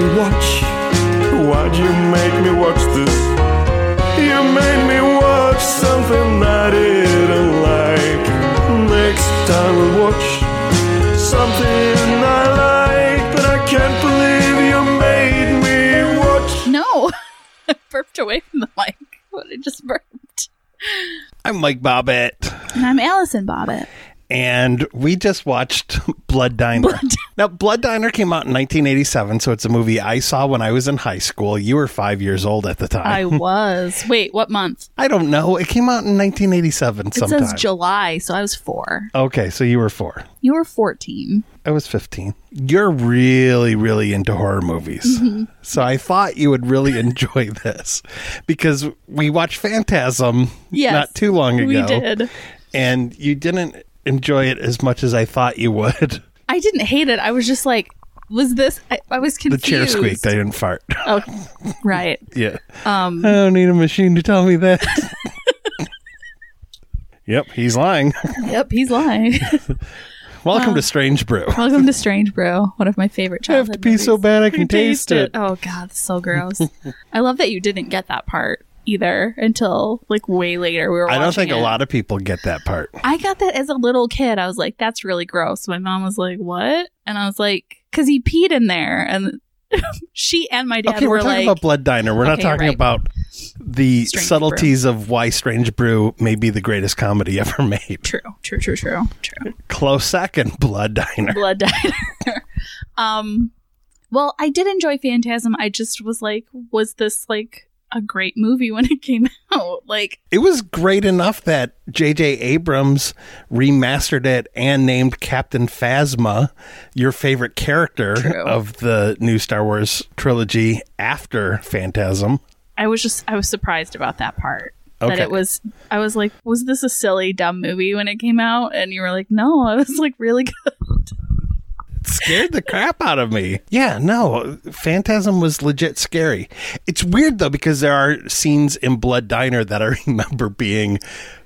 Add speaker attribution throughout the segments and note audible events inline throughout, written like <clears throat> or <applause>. Speaker 1: me watch. Why'd you make me watch this? You made me watch something I didn't like. Next time I'll watch something I like, but I can't believe you made me watch.
Speaker 2: No, <laughs> I burped away from the mic. What I just burped.
Speaker 3: I'm Mike Bobbitt,
Speaker 2: And I'm Allison Bobbitt.
Speaker 3: and we just watched <laughs> Blood Diner. Now, Blood Diner came out in 1987, so it's a movie I saw when I was in high school. You were five years old at the
Speaker 2: I
Speaker 3: time. <laughs>
Speaker 2: was. Wait, what month?
Speaker 3: I, don't know. It came out in 1987
Speaker 2: It
Speaker 3: sometime.
Speaker 2: says July, so I was four.
Speaker 3: okay, so you were four.
Speaker 2: You were 14.
Speaker 3: I was 15. You're really, really into horror movies.
Speaker 2: Mm-hmm.
Speaker 3: So I thought you would really enjoy <laughs> this because we watched Phantasm
Speaker 2: Yes.
Speaker 3: not too long ago.
Speaker 2: We did.
Speaker 3: And you didn't enjoy it as much as I thought you would. <laughs>
Speaker 2: I didn't hate it. I was just like, was this? I, I was
Speaker 3: The
Speaker 2: confused.
Speaker 3: chair squeaked. I didn't fart. <laughs>
Speaker 2: Oh, right.
Speaker 3: yeah.
Speaker 2: Um,
Speaker 3: I don't need a machine to tell me
Speaker 2: <laughs>
Speaker 3: that. yep, he's lying. <laughs>
Speaker 2: yep, he's lying. <laughs>
Speaker 3: Welcome
Speaker 2: Um,
Speaker 3: to Strange Brew.
Speaker 2: Welcome to Strange Brew, one of my favorite
Speaker 3: I have
Speaker 2: childhood
Speaker 3: to pee so
Speaker 2: movies.
Speaker 3: bad I can taste it.
Speaker 2: Oh god, that's so
Speaker 3: <laughs>
Speaker 2: gross. I love that you didn't get that part either until like way later. We were.
Speaker 3: I don't
Speaker 2: watching
Speaker 3: think a
Speaker 2: it.
Speaker 3: lot of people get that part.
Speaker 2: I got that as a little kid. I was like, that's really gross. My mom was like, what? And I was like, because he peed in there. And <laughs> she and my dad
Speaker 3: okay,
Speaker 2: were
Speaker 3: we're talking
Speaker 2: like,
Speaker 3: about Blood Diner. We're not
Speaker 2: Okay, you're
Speaker 3: talking
Speaker 2: right.
Speaker 3: about the
Speaker 2: Strange
Speaker 3: subtleties of why Strange Brew may be the greatest comedy ever <laughs> made.
Speaker 2: true, true, true, true, true.
Speaker 3: Close second, Blood Diner.
Speaker 2: Blood diner. <laughs> um, well, I did enjoy Phantasm. I just was like, was this like a great movie when it <laughs> came out? Like,
Speaker 3: It was great enough that J.J. Abrams remastered it and named Captain Phasma your favorite character
Speaker 2: True.
Speaker 3: of the new Star Wars trilogy after Phantasm.
Speaker 2: I was just, I was surprised about that part. That
Speaker 3: Okay.
Speaker 2: it was, I was like, was this a silly, dumb movie when it came out? And you were like, no, I was like, really good.
Speaker 3: scared the crap out of me. Yeah, no, Phantasm was legit scary. It's weird though because there are scenes in Blood Diner that I <laughs> remember being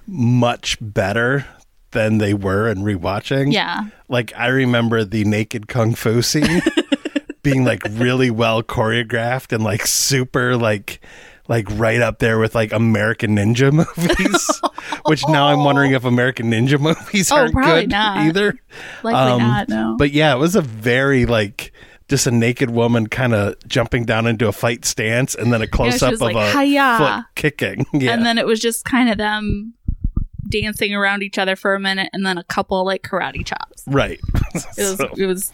Speaker 3: much better than they were in rewatching.
Speaker 2: Yeah.
Speaker 3: Like I remember the naked kung
Speaker 2: <laughs>
Speaker 3: fu scene being like really well choreographed and like super like like right up there with like American Ninja <laughs> movies, which now I'm wondering if American Ninja <laughs> movies
Speaker 2: Oh,
Speaker 3: are
Speaker 2: probably
Speaker 3: good
Speaker 2: not.
Speaker 3: either.
Speaker 2: Likely
Speaker 3: Um,
Speaker 2: not, no.
Speaker 3: But yeah, it was a very like just a naked woman kind of jumping down into a fight stance and then a close up
Speaker 2: was
Speaker 3: of
Speaker 2: like,
Speaker 3: a
Speaker 2: "Hi-ya."
Speaker 3: foot kicking. Yeah.
Speaker 2: And then it was just kind of them dancing around each other for a minute and then a couple like karate chops.
Speaker 3: right. <laughs>
Speaker 2: It was
Speaker 3: So-
Speaker 2: it was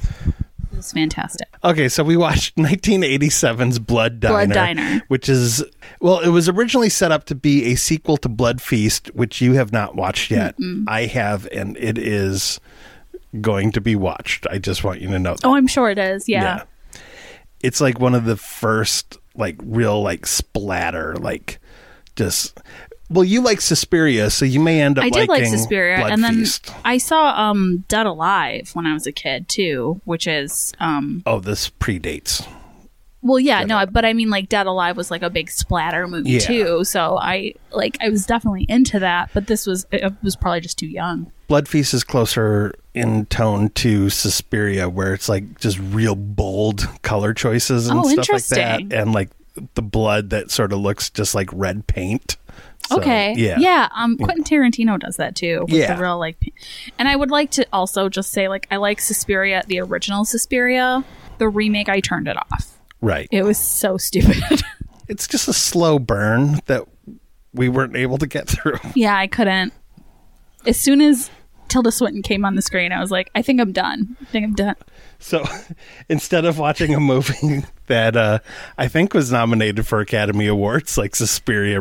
Speaker 2: it was fantastic.
Speaker 3: okay, so we watched <laughs> 1987's Blood Diner.
Speaker 2: Blood Diner.
Speaker 3: Which is, well, it was originally set up to be a sequel to Blood Feast, which you have not watched yet. I have, and it is going to be watched. I just want you to know that.
Speaker 2: Oh, I'm sure it is. Yeah.
Speaker 3: It's like one of the first like real like splatter like just well you like Suspiria so you may end up
Speaker 2: I did like
Speaker 3: liking
Speaker 2: Suspiria
Speaker 3: Blood
Speaker 2: and then
Speaker 3: Feast.
Speaker 2: I saw um Dead Alive when I was a kid too, which is um
Speaker 3: Oh this predates.
Speaker 2: well yeah, no, I- but I mean like Dead Alive was like a big splatter movie
Speaker 3: Yeah.
Speaker 2: too, so I like I was definitely into that, but this was I I was probably just too young.
Speaker 3: Blood Feast is closer in tone to Suspiria where it's like just real bold color choices and
Speaker 2: Oh,
Speaker 3: stuff like that
Speaker 2: interesting.
Speaker 3: and like the blood that sort of looks just like red paint. So,
Speaker 2: okay.
Speaker 3: Yeah.
Speaker 2: Yeah. Um, Quentin Tarantino does that too. With
Speaker 3: Yeah.
Speaker 2: The real like, p- and I would like to also just say like I like Suspiria, the original Suspiria. The remake, I turned it off.
Speaker 3: Right.
Speaker 2: It was so <laughs> stupid.
Speaker 3: It's just a slow burn that we weren't able to get <laughs> through.
Speaker 2: Yeah, I couldn't. As soon as Tilda Swinton came on the screen, I was like, I think I'm done. I think I'm done.
Speaker 3: So <laughs> instead of watching a movie <laughs> that uh, I think was nominated for Academy Awards, like Suspiria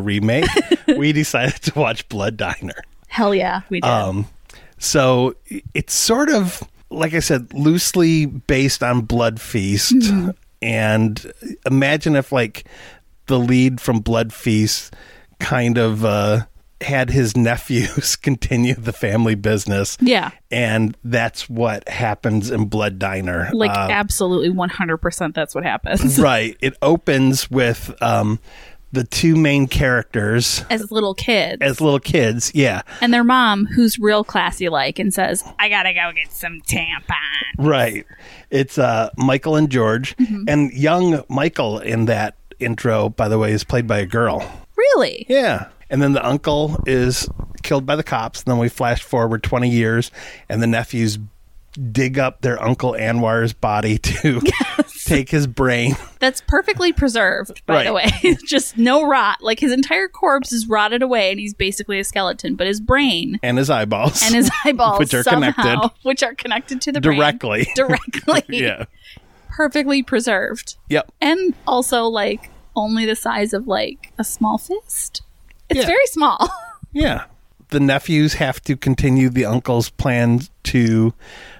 Speaker 2: <laughs>
Speaker 3: Remake, we decided to watch Blood Diner.
Speaker 2: Hell yeah, we did.
Speaker 3: Um, so i- it's sort of, like I said, loosely based on Blood Feast.
Speaker 2: Mm-hmm.
Speaker 3: And imagine if, like, the lead from Blood Feast kind of uh, had his nephews <laughs> continue the family business.
Speaker 2: yeah,
Speaker 3: And that's what happens in Blood Diner.
Speaker 2: like
Speaker 3: Uh,
Speaker 2: absolutely 100% that's what happens. <laughs>
Speaker 3: right. It opens with um, the two main characters
Speaker 2: As little kids.
Speaker 3: as little kids. Yeah.
Speaker 2: and their mom, who's real classy like, and says, I gotta go get some tampon.
Speaker 3: Right. It's uh, Michael and George.
Speaker 2: Mm-hmm.
Speaker 3: And young Michael in that intro, by the way, is played by a girl.
Speaker 2: Really?
Speaker 3: Yeah. And then the uncle is killed by the cops. And then we flash forward 20 years, and the nephews dig up their uncle Anwar's body <laughs> to take his brain.
Speaker 2: That's perfectly preserved, by the way. <laughs>
Speaker 3: Right.
Speaker 2: Just no rot. Like his entire corpse is rotted away and he's basically a skeleton, but his brain
Speaker 3: and his eyeballs <laughs>
Speaker 2: and his eyeballs
Speaker 3: Which are
Speaker 2: somehow, <laughs>
Speaker 3: connected.
Speaker 2: which are connected to the
Speaker 3: Directly. <laughs>
Speaker 2: brain <laughs> directly.
Speaker 3: yeah
Speaker 2: Perfectly preserved.
Speaker 3: yep
Speaker 2: And also like only the size of like a small fist. It's
Speaker 3: Yeah.
Speaker 2: very small. <laughs>
Speaker 3: yeah the nephews have to continue the uncle's plan to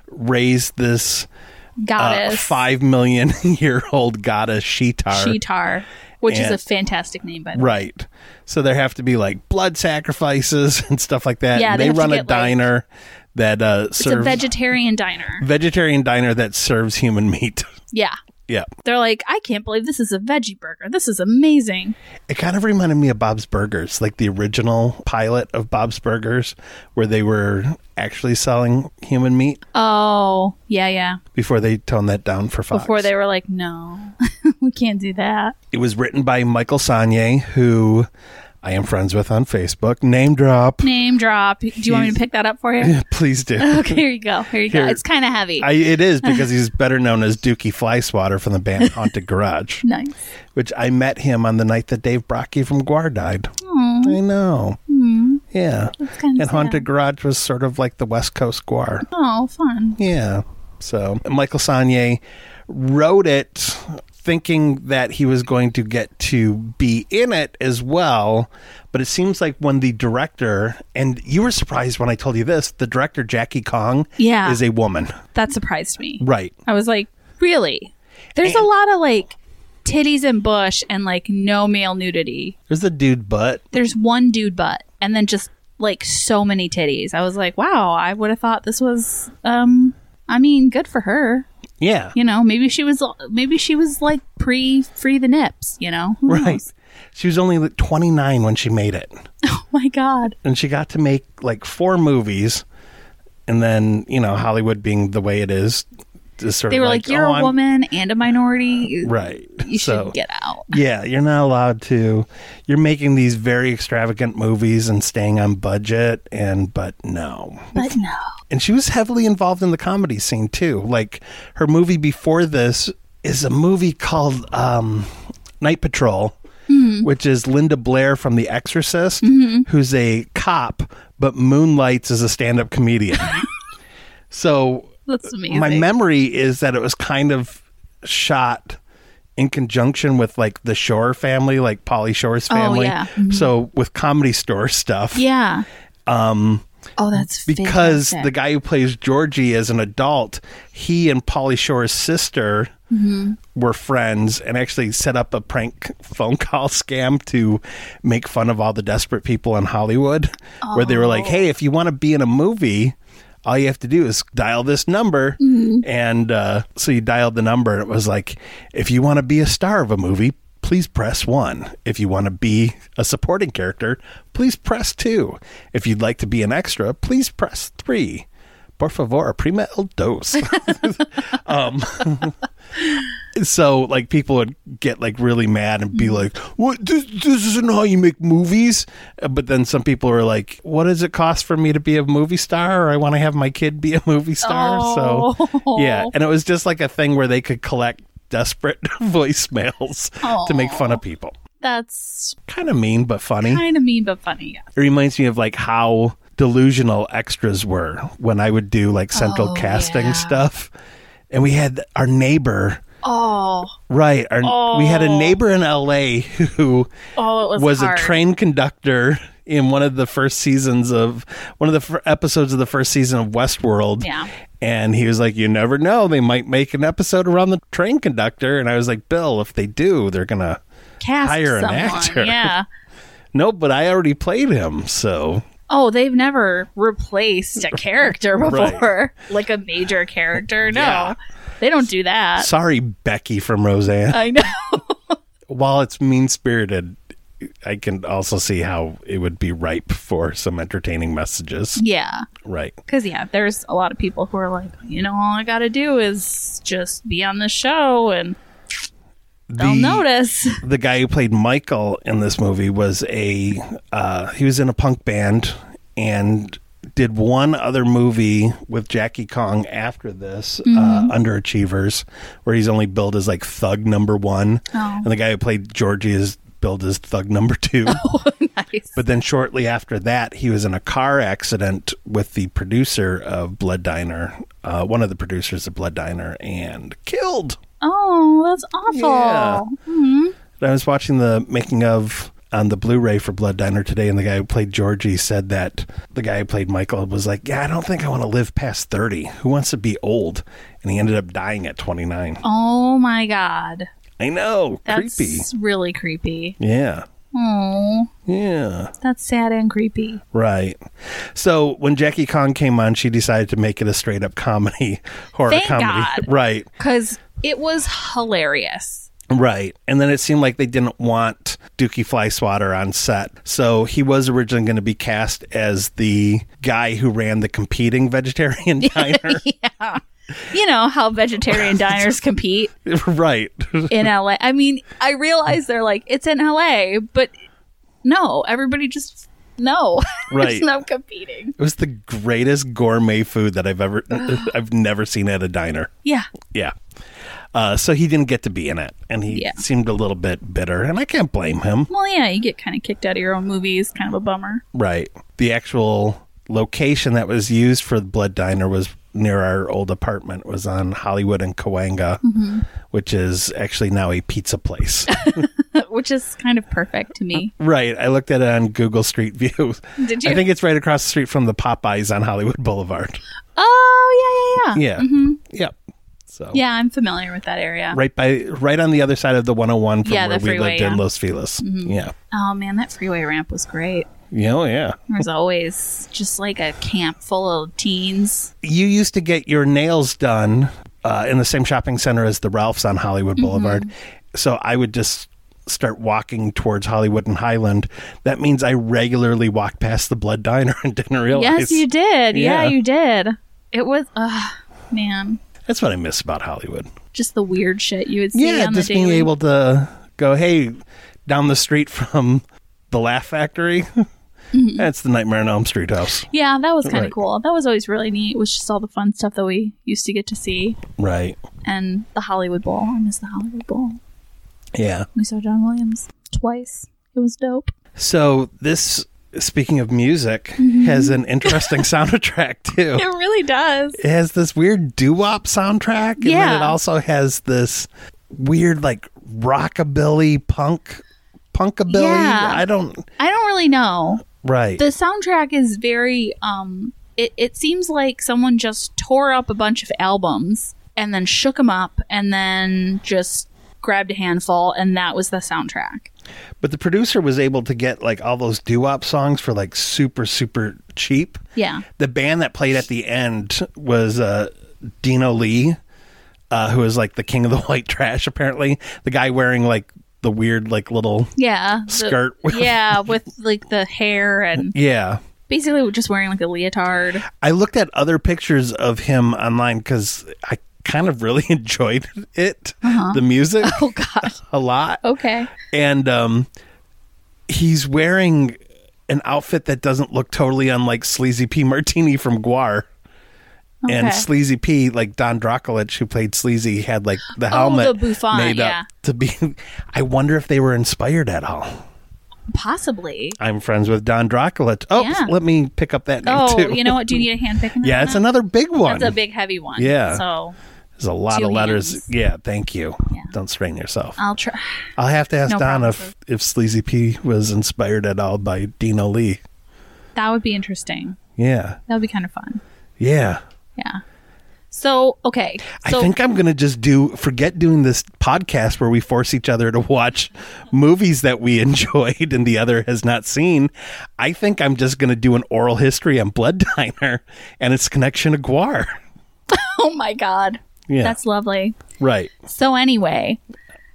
Speaker 3: raise this uh,
Speaker 2: Goddess.
Speaker 3: five million <laughs> year old goddess Shitar.
Speaker 2: Sheetar, which is
Speaker 3: And-
Speaker 2: a fantastic name by the way.
Speaker 3: Right. So there have to be like blood sacrifices <laughs> and stuff like that.
Speaker 2: Yeah,
Speaker 3: And
Speaker 2: they
Speaker 3: they,
Speaker 2: have to
Speaker 3: run a
Speaker 2: get, like-
Speaker 3: diner that uh,
Speaker 2: It's a
Speaker 3: serves
Speaker 2: vegetarian diner.
Speaker 3: vegetarian diner that serves human meat. <laughs>
Speaker 2: Yeah.
Speaker 3: yeah.
Speaker 2: They're like, I can't believe this is a veggie burger. This is amazing.
Speaker 3: It kind of reminded me of Bob's Burgers, like the original pilot of Bob's Burgers, where they were actually selling human meat
Speaker 2: Oh, yeah, yeah.
Speaker 3: before they toned that down for Fox.
Speaker 2: Before they were like, no, <laughs> we can't do that.
Speaker 3: It was written by Michael Sanye, who I am friends with on Facebook. Name drop. <laughs>
Speaker 2: Name drop. Do you want me to
Speaker 3: Jeez.
Speaker 2: pick that up for
Speaker 3: <laughs>
Speaker 2: you? <laughs>
Speaker 3: Please do.
Speaker 2: Okay, here you go. Here you
Speaker 3: Here.
Speaker 2: go. It's kind of heavy.
Speaker 3: I, it is because he's better known as Dookie Flyswatter from the band Haunted Garage,
Speaker 2: nice.
Speaker 3: which I met him on the night that Dave Brockie from Guar died. I know. Yeah.
Speaker 2: Hmm. kinda
Speaker 3: And Haunted Garage was sort of like the West Coast Guar.
Speaker 2: Oh, fun.
Speaker 3: Yeah. So Michael Sanye wrote it thinking that he was going to get to be in it as well. But it seems like when the director, and you were surprised when I told you this, the director, Jackie Kong,
Speaker 2: Yeah.
Speaker 3: is a woman.
Speaker 2: That surprised me.
Speaker 3: Right.
Speaker 2: I was like, really? There's a
Speaker 3: And-
Speaker 2: lot of like titties and bush and like no male nudity.
Speaker 3: There's the dude butt.
Speaker 2: There's one dude butt and then just like so many titties. I was like, wow, I would have thought this was, um, I mean, good for her.
Speaker 3: Yeah.
Speaker 2: you know maybe she was maybe she was like pre free the nips you know Who
Speaker 3: Right.
Speaker 2: knows? <laughs>
Speaker 3: She was only like 29 when she made it.
Speaker 2: oh my god
Speaker 3: And she got to make like four movies. And then, you know, Hollywood being the way it is, is sort
Speaker 2: they
Speaker 3: of
Speaker 2: were
Speaker 3: like,
Speaker 2: like, you're
Speaker 3: "Oh,
Speaker 2: a
Speaker 3: I'm-"
Speaker 2: woman and a minority
Speaker 3: Right.
Speaker 2: you should
Speaker 3: so,
Speaker 2: get out
Speaker 3: Yeah, you're not allowed to. You're making these very extravagant movies and staying on budget, and but no.
Speaker 2: but no
Speaker 3: And she was heavily involved in the comedy scene too. Like her movie before this is a movie called um, Night Patrol,
Speaker 2: Mm-hmm.
Speaker 3: which is Linda Blair from The Exorcist, who's a cop but moonlights as a
Speaker 2: <laughs>
Speaker 3: stand-up comedian. so
Speaker 2: that's amazing
Speaker 3: my memory is that it was kind of shot in conjunction with like the Shore family, like Polly Shore's family.
Speaker 2: Oh, yeah. Mm-hmm.
Speaker 3: So with comedy store stuff.
Speaker 2: yeah
Speaker 3: Um
Speaker 2: oh that's
Speaker 3: because the
Speaker 2: fantastic.
Speaker 3: guy who plays Georgie as an adult, he and Polly Shore's sister were friends and actually set up a prank phone call <laughs> scam to make fun of all the desperate people in Hollywood, where they were like, "Hey, if you want to be in a movie." All you have to do is dial this number. And uh, so you dialed the number, and it was like, if you want to be a star of a movie, please press one. If you want to be a supporting character, please press two. If you'd like to be an extra, please press three. Por favor, prima el dos. um, so, like, people would get like really mad and
Speaker 2: Mm.
Speaker 3: be like, "What? This, this isn't how you make movies." Uh, But then some people are like, "What does it cost for me to be a movie star? Or I want to have my kid be a movie star." So, yeah,
Speaker 2: Oh.
Speaker 3: and it was <laughs> just like a thing where they could collect desperate voicemails to make fun of people.
Speaker 2: That's
Speaker 3: Kind of mean, but funny.
Speaker 2: kind of mean but funny. Yeah.
Speaker 3: It reminds me of like how delusional extras were when I would do like central
Speaker 2: Oh,
Speaker 3: casting
Speaker 2: yeah.
Speaker 3: stuff. And we had our neighbor,
Speaker 2: Oh,
Speaker 3: right? Our, We had a
Speaker 2: Oh.
Speaker 3: neighbor in LA who
Speaker 2: oh, it was
Speaker 3: was
Speaker 2: hard.
Speaker 3: a train conductor in one of the first seasons of one of the fir- episodes of the first season of Westworld.
Speaker 2: Yeah.
Speaker 3: And he was like, You never know. They might make an episode around the train conductor. And I was like, Bill, if they do, they're going to.
Speaker 2: Cast
Speaker 3: hire an
Speaker 2: someone.
Speaker 3: actor.
Speaker 2: Yeah.
Speaker 3: Nope, but I already played him. So
Speaker 2: Oh, they've never replaced a character
Speaker 3: <laughs> Right.
Speaker 2: before, like a major character. No,
Speaker 3: Yeah.
Speaker 2: they don't do that.
Speaker 3: sorry, Becky from Roseanne.
Speaker 2: I know. <laughs>
Speaker 3: While it's mean spirited, I can also see how it would be ripe for some entertaining messages.
Speaker 2: Yeah.
Speaker 3: Right.
Speaker 2: Because, yeah, there's a lot of people who are like, you know, all I got to do is just be on the show and they'll
Speaker 3: The-
Speaker 2: notice. <laughs>
Speaker 3: the guy who played Michael in this movie was a uh, he was in a punk band and did one other movie with Jackie Kong after this, uh, Underachievers, where he's only billed as like thug number one,
Speaker 2: Oh.
Speaker 3: and the guy who played Georgie is billed as thug number two.
Speaker 2: nice.
Speaker 3: But then shortly after that, he was in a car accident with the producer of Blood Diner, uh, one of the producers of Blood Diner, and killed.
Speaker 2: Oh, that's
Speaker 3: Yeah.
Speaker 2: awful. Mhm.
Speaker 3: I was watching the making of on the Blu-ray for Blood Diner today, and the guy who played Georgie said that the guy who played Michael was like, "Yeah, I don't think I want to live past thirty. Who wants to be old?" And he ended up dying at twenty-nine.
Speaker 2: Oh, my God.
Speaker 3: I know,
Speaker 2: That's
Speaker 3: creepy.
Speaker 2: really creepy.
Speaker 3: Yeah,
Speaker 2: Oh,
Speaker 3: yeah,
Speaker 2: that's sad and creepy.
Speaker 3: right. So when Jackie Kong came on, she decided to make it a straight-up comedy, horror
Speaker 2: Thank
Speaker 3: comedy,
Speaker 2: God.
Speaker 3: <laughs> right?
Speaker 2: Because it was hilarious.
Speaker 3: Right. And then it seemed like they didn't want Dookie Fly Swatter on set. So he was originally going to be cast as the guy who ran the competing <laughs> vegetarian diner. <laughs>
Speaker 2: You know how vegetarian diners compete.
Speaker 3: right.
Speaker 2: in LA. I mean, I realize they're like, it's in LA, but no, everybody just no. <laughs>
Speaker 3: Right.
Speaker 2: There's no competing.
Speaker 3: It was the greatest gourmet food that I've ever I've never seen at a diner.
Speaker 2: Yeah.
Speaker 3: Yeah. Uh, so he didn't get to be in it and he
Speaker 2: Yeah.
Speaker 3: seemed a little bit bitter and I can't blame him.
Speaker 2: Well, yeah, you get kind of kicked out of your own movies. Kind of a bummer. <laughs>
Speaker 3: Right. The actual location that was used for the Blood Diner was near our old apartment. It was on Hollywood and Cahuenga,
Speaker 2: Mm-hmm.
Speaker 3: which is actually now a pizza place. <laughs>
Speaker 2: Which is kind of perfect to me.
Speaker 3: right. I looked at it on Google Street View.
Speaker 2: Did you?
Speaker 3: I think it's right across the street from the Popeyes on Hollywood <laughs> Boulevard.
Speaker 2: <laughs> Oh, yeah, yeah, yeah.
Speaker 3: Yeah. Yep. So
Speaker 2: Yeah, I'm familiar with that area.
Speaker 3: right by right on the other side of the 101 from
Speaker 2: Yeah,
Speaker 3: where
Speaker 2: the
Speaker 3: we
Speaker 2: freeway,
Speaker 3: lived in
Speaker 2: yeah.
Speaker 3: Los Feliz. Yeah.
Speaker 2: Oh man, that freeway ramp was great.
Speaker 3: Yeah, oh, yeah.
Speaker 2: There's always just like a camp full of teens.
Speaker 3: you used to get your nails done uh, in the same shopping center as the Ralphs on Hollywood
Speaker 2: Mm-hmm.
Speaker 3: Boulevard. So I would just start walking towards Hollywood and Highland. That means I regularly walked past the Blood Diner <laughs> and didn't realize.
Speaker 2: Yes, you did. Yeah,
Speaker 3: Oh, Yeah.
Speaker 2: you did. It was, uh, man,
Speaker 3: That's what I miss about Hollywood.
Speaker 2: just the weird shit you would see
Speaker 3: yeah,
Speaker 2: on
Speaker 3: just
Speaker 2: the
Speaker 3: being
Speaker 2: daily.
Speaker 3: able to go, hey, down the street from the Laugh Factory.
Speaker 2: Mm-hmm.
Speaker 3: That's the Nightmare on Elm Street house.
Speaker 2: Yeah, that was kind of
Speaker 3: Right.
Speaker 2: cool. That was always really neat. It was just all the fun stuff that we used to get to see.
Speaker 3: Right.
Speaker 2: And the Hollywood Bowl. I miss the Hollywood Bowl.
Speaker 3: Yeah.
Speaker 2: We saw John Williams twice. It was
Speaker 3: <laughs>
Speaker 2: dope.
Speaker 3: So this, speaking of music, has an interesting <laughs> soundtrack too.
Speaker 2: Mm-hmm. It really does.
Speaker 3: it has this weird doo-wop soundtrack and then
Speaker 2: Yeah.
Speaker 3: it also has this weird like rockabilly punk punkabilly
Speaker 2: Yeah.
Speaker 3: i don't
Speaker 2: I don't really know.
Speaker 3: right
Speaker 2: The soundtrack is very um it, it seems like someone just tore up a bunch of albums and then shook them up and then just grabbed a handful and that was the soundtrack.
Speaker 3: but the producer was able to get like all those doo-wop songs for like super super cheap
Speaker 2: Yeah.
Speaker 3: the band that played at the end was uh dino lee uh who is like the king of the <laughs> white trash apparently the guy wearing like the weird like little
Speaker 2: Yeah. The-
Speaker 3: Skirt
Speaker 2: <laughs>
Speaker 3: with-
Speaker 2: yeah, with like the hair and
Speaker 3: yeah
Speaker 2: basically just wearing like a leotard.
Speaker 3: I looked at other pictures of him online because I kind of really <laughs> enjoyed it, the music,
Speaker 2: <laughs> Oh God.
Speaker 3: <laughs> a lot.
Speaker 2: Okay.
Speaker 3: And um, he's wearing an outfit that doesn't look totally unlike Sleazy P. Martini from Guar. And
Speaker 2: Okay.
Speaker 3: Sleazy P, like Don Drakulich, who played Sleazy, had like the helmet
Speaker 2: Oh, the bouffant,
Speaker 3: made
Speaker 2: yeah.
Speaker 3: up to be. <laughs> I wonder if they were inspired at all.
Speaker 2: Possibly.
Speaker 3: I'm friends with Don Draculich. Oh,
Speaker 2: Yeah.
Speaker 3: let me pick up that name
Speaker 2: Oh,
Speaker 3: too.
Speaker 2: you know what? Do you need a hand picking?
Speaker 3: <laughs> yeah,
Speaker 2: on
Speaker 3: it's
Speaker 2: that?
Speaker 3: another big one.
Speaker 2: That's a big, heavy one.
Speaker 3: Yeah.
Speaker 2: So
Speaker 3: There's a lot
Speaker 2: two
Speaker 3: of letters.
Speaker 2: hands.
Speaker 3: Yeah, thank you.
Speaker 2: Yeah.
Speaker 3: Don't strain yourself.
Speaker 2: I'll try.
Speaker 3: I'll have to ask
Speaker 2: No
Speaker 3: Don
Speaker 2: promises.
Speaker 3: if, if Sleazy P was inspired at all by Dino Lee.
Speaker 2: That would be interesting.
Speaker 3: Yeah,
Speaker 2: That would be kind of fun.
Speaker 3: yeah.
Speaker 2: Yeah. So okay. So
Speaker 3: I think I'm gonna just do forget doing this podcast where we force each other to watch movies that we <laughs> enjoyed and the other has not seen. I think I'm just gonna do an oral history on Blood <laughs> Diner and its connection to Guar.
Speaker 2: <laughs> oh my god.
Speaker 3: Yeah.
Speaker 2: That's lovely.
Speaker 3: Right.
Speaker 2: So anyway,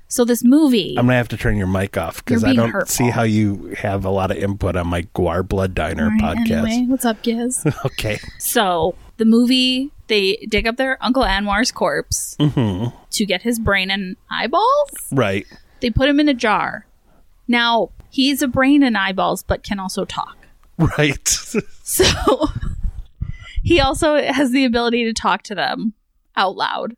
Speaker 2: so this movie.
Speaker 3: I'm gonna have to turn your mic off because
Speaker 2: You're
Speaker 3: I
Speaker 2: being
Speaker 3: don't
Speaker 2: hurtful.
Speaker 3: see how you have a lot of input on my Guar Blood Diner
Speaker 2: Right,
Speaker 3: podcast.
Speaker 2: Anyway, what's up,
Speaker 3: <laughs>
Speaker 2: Giz?
Speaker 3: Okay.
Speaker 2: so the movie, they dig up their uncle Anwar's corpse
Speaker 3: Mm.
Speaker 2: to get his brain and eyeballs.
Speaker 3: Mm-hmm. Right.
Speaker 2: They put him in a jar. Now he's a brain and eyeballs, but can also talk.
Speaker 3: Right. <laughs>
Speaker 2: So <laughs> he also has the ability to talk to them out loud.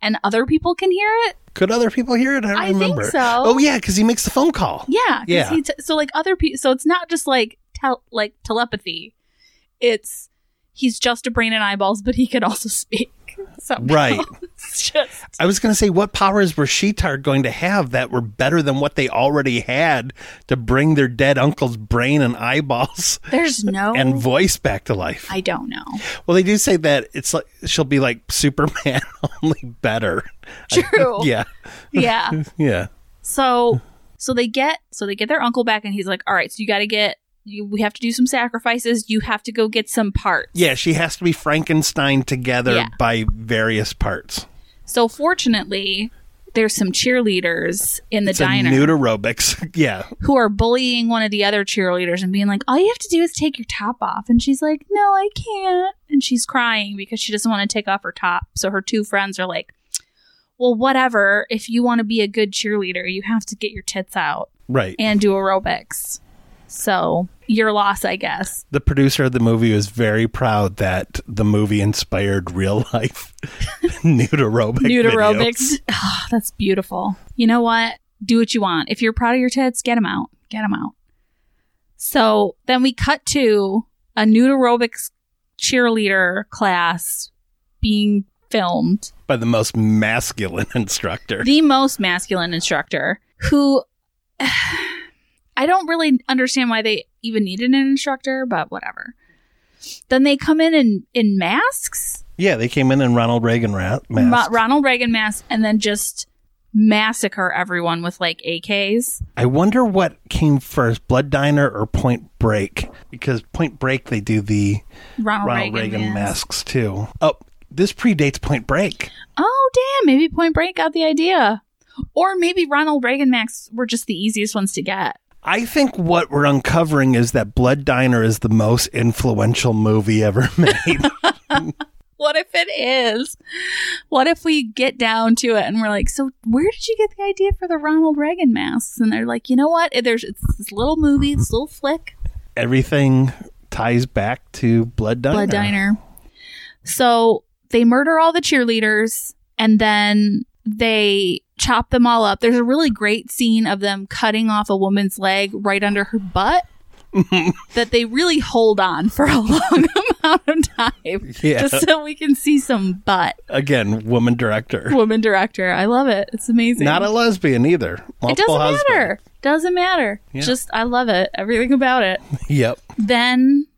Speaker 2: And other people can hear it?
Speaker 3: Could other people hear it? I don't
Speaker 2: I think
Speaker 3: remember.
Speaker 2: so.
Speaker 3: Oh yeah, because he makes the phone call.
Speaker 2: Yeah. 'cause
Speaker 3: Yeah.
Speaker 2: he t- so like other people so it's not just like tel- like telepathy. It's he's just a brain and eyeballs, but he could also <laughs> speak. So
Speaker 3: Right.
Speaker 2: <laughs> it's just
Speaker 3: I was going to say, what powers were Sheetar going to have that were better than what they already had to bring their dead uncle's brain and eyeballs
Speaker 2: there's no
Speaker 3: and voice back to life?
Speaker 2: Oh. I don't know.
Speaker 3: well, they do say that it's like she'll be like Superman, <laughs> only better. I-
Speaker 2: True. <laughs>
Speaker 3: yeah,
Speaker 2: Yeah.
Speaker 3: yeah,
Speaker 2: So so they get so they get their uncle back and he's like, "All right, so you got to get you, we have to do some sacrifices. You have to go get some parts."
Speaker 3: yeah. She has to be Frankenstein together
Speaker 2: Yeah.
Speaker 3: by various parts.
Speaker 2: So fortunately, there's some cheerleaders in the
Speaker 3: It's a
Speaker 2: diner
Speaker 3: nude aerobics. <laughs> yeah,
Speaker 2: who are bullying one of the other cheerleaders and being like, "All you have to do is take your top off." And she's like, "No, I can't." And she's crying because she doesn't want to take off her top. So her two friends are like, "Well, whatever. If you want to be a good cheerleader, you have to get your tits out
Speaker 3: right.
Speaker 2: and do aerobics." So, your loss, I guess.
Speaker 3: the producer of the movie was very proud that the movie inspired real
Speaker 2: <laughs>
Speaker 3: life nude aerobic.
Speaker 2: Nude
Speaker 3: videos.
Speaker 2: aerobics. <laughs> Ah, that's beautiful. You know what? Do what you want. If you're proud of your tits, get them out. Get them out. So then we cut to a nude aerobics cheerleader class being filmed.
Speaker 3: by the most masculine <laughs> instructor.
Speaker 2: The most masculine instructor who <sighs> I don't really understand why they even needed an instructor, but whatever. Then they come in in, in masks.
Speaker 3: yeah, they came in in Ronald Reagan ra-
Speaker 2: Ro-
Speaker 3: mask.
Speaker 2: Ronald Reagan mask and then just massacre everyone with like AKs.
Speaker 3: I wonder what came first, Blood Diner or Point Break? Because Point Break, they do the
Speaker 2: Ronald,
Speaker 3: Ronald Reagan,
Speaker 2: Reagan, mask.
Speaker 3: masks too. Oh, this predates Point Break.
Speaker 2: Oh damn, maybe Point Break got the idea. Or maybe Ronald Reagan masks were just the easiest ones to get.
Speaker 3: I think what we're uncovering is that Blood Diner is the most influential movie ever <laughs> made.
Speaker 2: What if it is? What if we get down to it and we're like, so where did you get the idea for the Ronald Reagan masks? And they're like, you know what? There's it's this little movie, this little flick.
Speaker 3: Everything ties back to Blood Diner.
Speaker 2: Blood Diner. So they murder all the cheerleaders and then they chop them all up. There's a really great scene of them cutting off a woman's leg right under her
Speaker 3: <laughs>
Speaker 2: butt that they really hold on for a <laughs> long amount of time.
Speaker 3: Yeah.
Speaker 2: Just so we can see some butt.
Speaker 3: Again, woman director.
Speaker 2: Woman director. I love it. It's amazing.
Speaker 3: Not a lesbian either.
Speaker 2: it doesn't
Speaker 3: Multiple husband.
Speaker 2: matter. Doesn't matter.
Speaker 3: Yeah.
Speaker 2: Just I love it. Everything about it.
Speaker 3: Yep.
Speaker 2: Then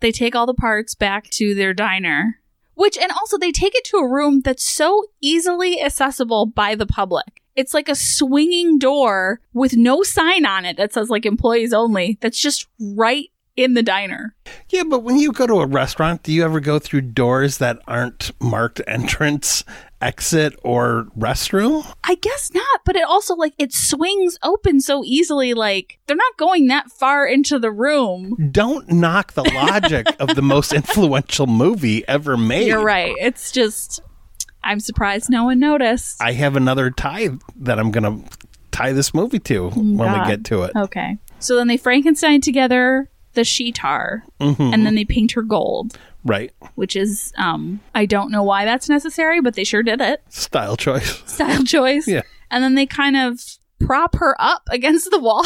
Speaker 2: they take all the parts back to their diner, which, and also they take it to a room that's so easily accessible by the public. It's like a swinging door with no sign on it that says like employees only, that's just right in the diner.
Speaker 3: Yeah, but when you go to a restaurant, do you ever go through doors that aren't marked entrance, exit, or restroom?
Speaker 2: I guess not, but it also like it swings open so easily. Like they're not going that far into the room.
Speaker 3: Don't knock the logic of the
Speaker 2: <laughs>
Speaker 3: most influential movie ever made.
Speaker 2: You're right. It's just, I'm surprised no one noticed.
Speaker 3: I have another tie that I'm going to tie this movie to when we
Speaker 2: God.
Speaker 3: get to it.
Speaker 2: Okay. So then they Frankenstein together the sheetar,
Speaker 3: Mm-hmm.
Speaker 2: and then they paint her gold,
Speaker 3: Right.
Speaker 2: which is um, I don't know why that's necessary, but they sure did it. <laughs>
Speaker 3: Style choice.
Speaker 2: Style choice.
Speaker 3: Yeah.
Speaker 2: And then they kind of prop her up against the wall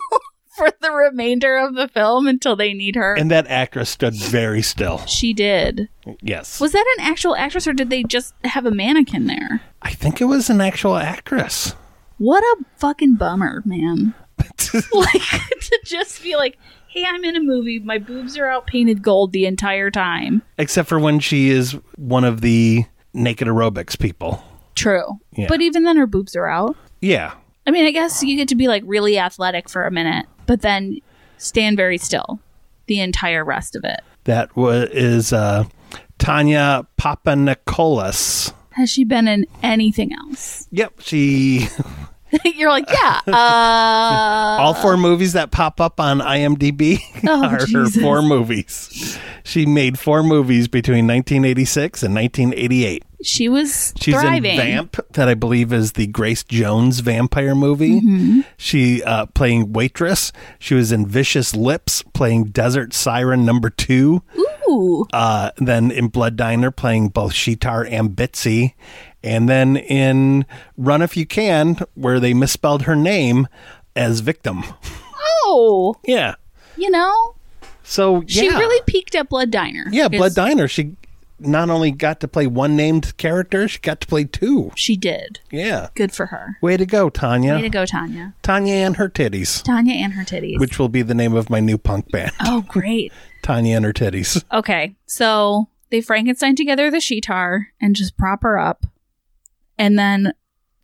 Speaker 2: <laughs> for the remainder of the film until they need her.
Speaker 3: And that actress stood very still.
Speaker 2: she did.
Speaker 3: Yes.
Speaker 2: Was that an actual actress or did they just have a mannequin there?
Speaker 3: I think it was an actual actress. <laughs>
Speaker 2: What a fucking bummer, man. <laughs> like <laughs> to just be like, hey, I'm in a movie. My boobs are out painted gold the entire time.
Speaker 3: Except for when she is one of the naked aerobics people.
Speaker 2: True.
Speaker 3: Yeah.
Speaker 2: But even then, her boobs are out.
Speaker 3: Yeah.
Speaker 2: I mean, I guess you get to be like really athletic for a minute, but then stand very still the entire rest of it.
Speaker 3: That wa is uh, Tanya Papanikolas.
Speaker 2: Has she been in anything else? <laughs>
Speaker 3: Yep, she <laughs>
Speaker 2: You're like, yeah. Uh,
Speaker 3: all four movies that pop up on <laughs> IMDb
Speaker 2: Oh,
Speaker 3: are
Speaker 2: Jesus.
Speaker 3: her four movies. She made four movies between 1986 and 1988.
Speaker 2: she was
Speaker 3: She's
Speaker 2: thriving.
Speaker 3: in Vamp, that I believe is the Grace Jones vampire movie.
Speaker 2: Mm-hmm.
Speaker 3: She uh, playing waitress. She was in Vicious Lips, playing Desert Siren Number Two.
Speaker 2: Ooh,
Speaker 3: Uh, then in Blood Diner, playing both Shitar and Bitsy. And then in Run If You Can, where they misspelled her name as victim.
Speaker 2: oh,
Speaker 3: Yeah.
Speaker 2: you know,
Speaker 3: So yeah.
Speaker 2: she really peaked at Blood Diner.
Speaker 3: Yeah, Blood
Speaker 2: Is-
Speaker 3: Diner. She not only got to play one named character, she got to play two.
Speaker 2: She did.
Speaker 3: Yeah.
Speaker 2: Good for her.
Speaker 3: Way to go, Tanya.
Speaker 2: Way to go, Tanya.
Speaker 3: Tanya and her titties,
Speaker 2: Tanya and her titties.
Speaker 3: which will be the name of my new punk band,
Speaker 2: oh, great.
Speaker 3: Tanya and her titties.
Speaker 2: Okay, so they Frankenstein together the Sheetar and just prop her up, and then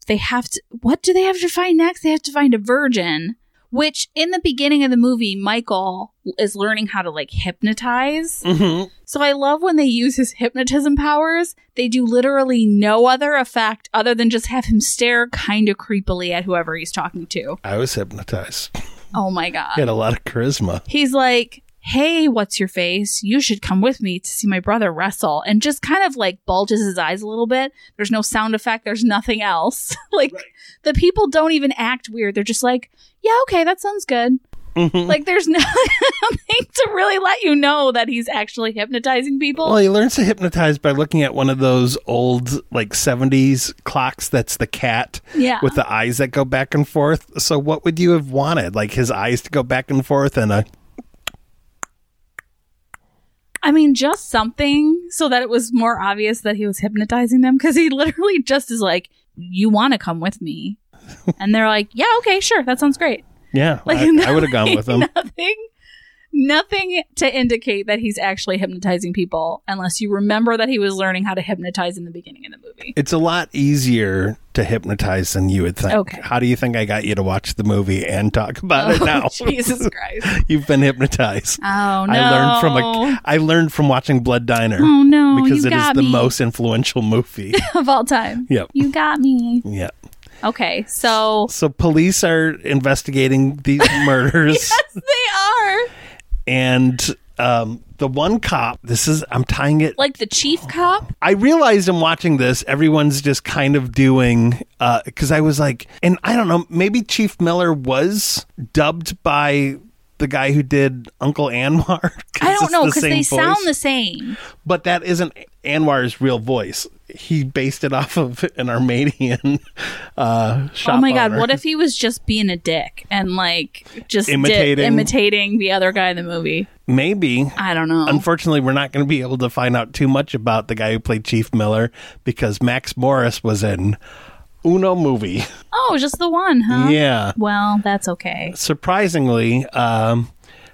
Speaker 2: they have to. What do they have to find next? They have to find a virgin. Which in the beginning of the movie, Michael is learning how to like hypnotize.
Speaker 3: Mm-hmm.
Speaker 2: So I love when they use his hypnotism powers. They do literally no other effect other than just have him stare kind of creepily at whoever he's talking to.
Speaker 3: I was hypnotized.
Speaker 2: Oh my god.
Speaker 3: He had a lot of charisma.
Speaker 2: He's like, Hey, what's your face? You should come with me to see my brother wrestle. And just kind of like bulges his eyes a little bit. There's no sound effect, there's nothing else. <laughs> like, the people don't even act weird. They're just like, Yeah, okay, that sounds good.
Speaker 3: Mhm.
Speaker 2: Like, there's <laughs> no- nothing to really let you know that he's actually hypnotizing people.
Speaker 3: Well, he learns to hypnotize by looking at one of those old, like, 70s clocks that's the cat
Speaker 2: Yeah.
Speaker 3: with the eyes that go back and forth. So, what would you have wanted? Like, his eyes to go back and forth and a.
Speaker 2: I mean, just something so that it was more obvious that he was hypnotizing them because he <laughs> literally just is like, You want to come with me? and they're like, Yeah, okay, sure. That sounds great.
Speaker 3: Yeah,
Speaker 2: Like,
Speaker 3: I, I would
Speaker 2: <laughs>
Speaker 3: have gone with him.
Speaker 2: nothing nothing to indicate that he's actually hypnotizing people unless you remember that he was learning how to hypnotize in the beginning of the movie
Speaker 3: It's a lot easier to hypnotize than you would think.
Speaker 2: Okay.
Speaker 3: How do you think I got you to watch the movie and talk about it now?
Speaker 2: Oh, <laughs> jesus christ
Speaker 3: <laughs> You've been hypnotized.
Speaker 2: oh no
Speaker 3: <laughs> I learned from a, <laughs> I learned from watching Blood Diner
Speaker 2: oh no
Speaker 3: because
Speaker 2: you
Speaker 3: it is
Speaker 2: got
Speaker 3: the
Speaker 2: me.
Speaker 3: most influential movie.
Speaker 2: <laughs> of all time
Speaker 3: Yep.
Speaker 2: you got me
Speaker 3: yeah.
Speaker 2: okay so <laughs>
Speaker 3: So police are investigating these murders
Speaker 2: they are
Speaker 3: and um the one cop, this is I'm tying it
Speaker 2: like the
Speaker 3: Oh,
Speaker 2: chief cop
Speaker 3: I realized in watching this, everyone's just kind of doing because I was like, and I don't know, maybe Chief Miller was dubbed by the guy who did Uncle Anwar. 'cause
Speaker 2: i don't
Speaker 3: it's
Speaker 2: know
Speaker 3: the
Speaker 2: because
Speaker 3: same
Speaker 2: they sound
Speaker 3: voice.
Speaker 2: the same Oh
Speaker 3: but that isn't Anwar's real voice. He based it off of an Armenian uh, shop.
Speaker 2: oh my god
Speaker 3: owner.
Speaker 2: what if he was just being a dick and like just did-
Speaker 3: Imitating-
Speaker 2: imitating the other guy in the movie
Speaker 3: Maybe.
Speaker 2: i don't know
Speaker 3: Unfortunately, we're not going to be able to find out too much about the guy who played Chief Miller because Max Morris was in Uno movie.
Speaker 2: Oh, just the one, huh?
Speaker 3: Yeah.
Speaker 2: Well, that's okay.
Speaker 3: surprisingly, um,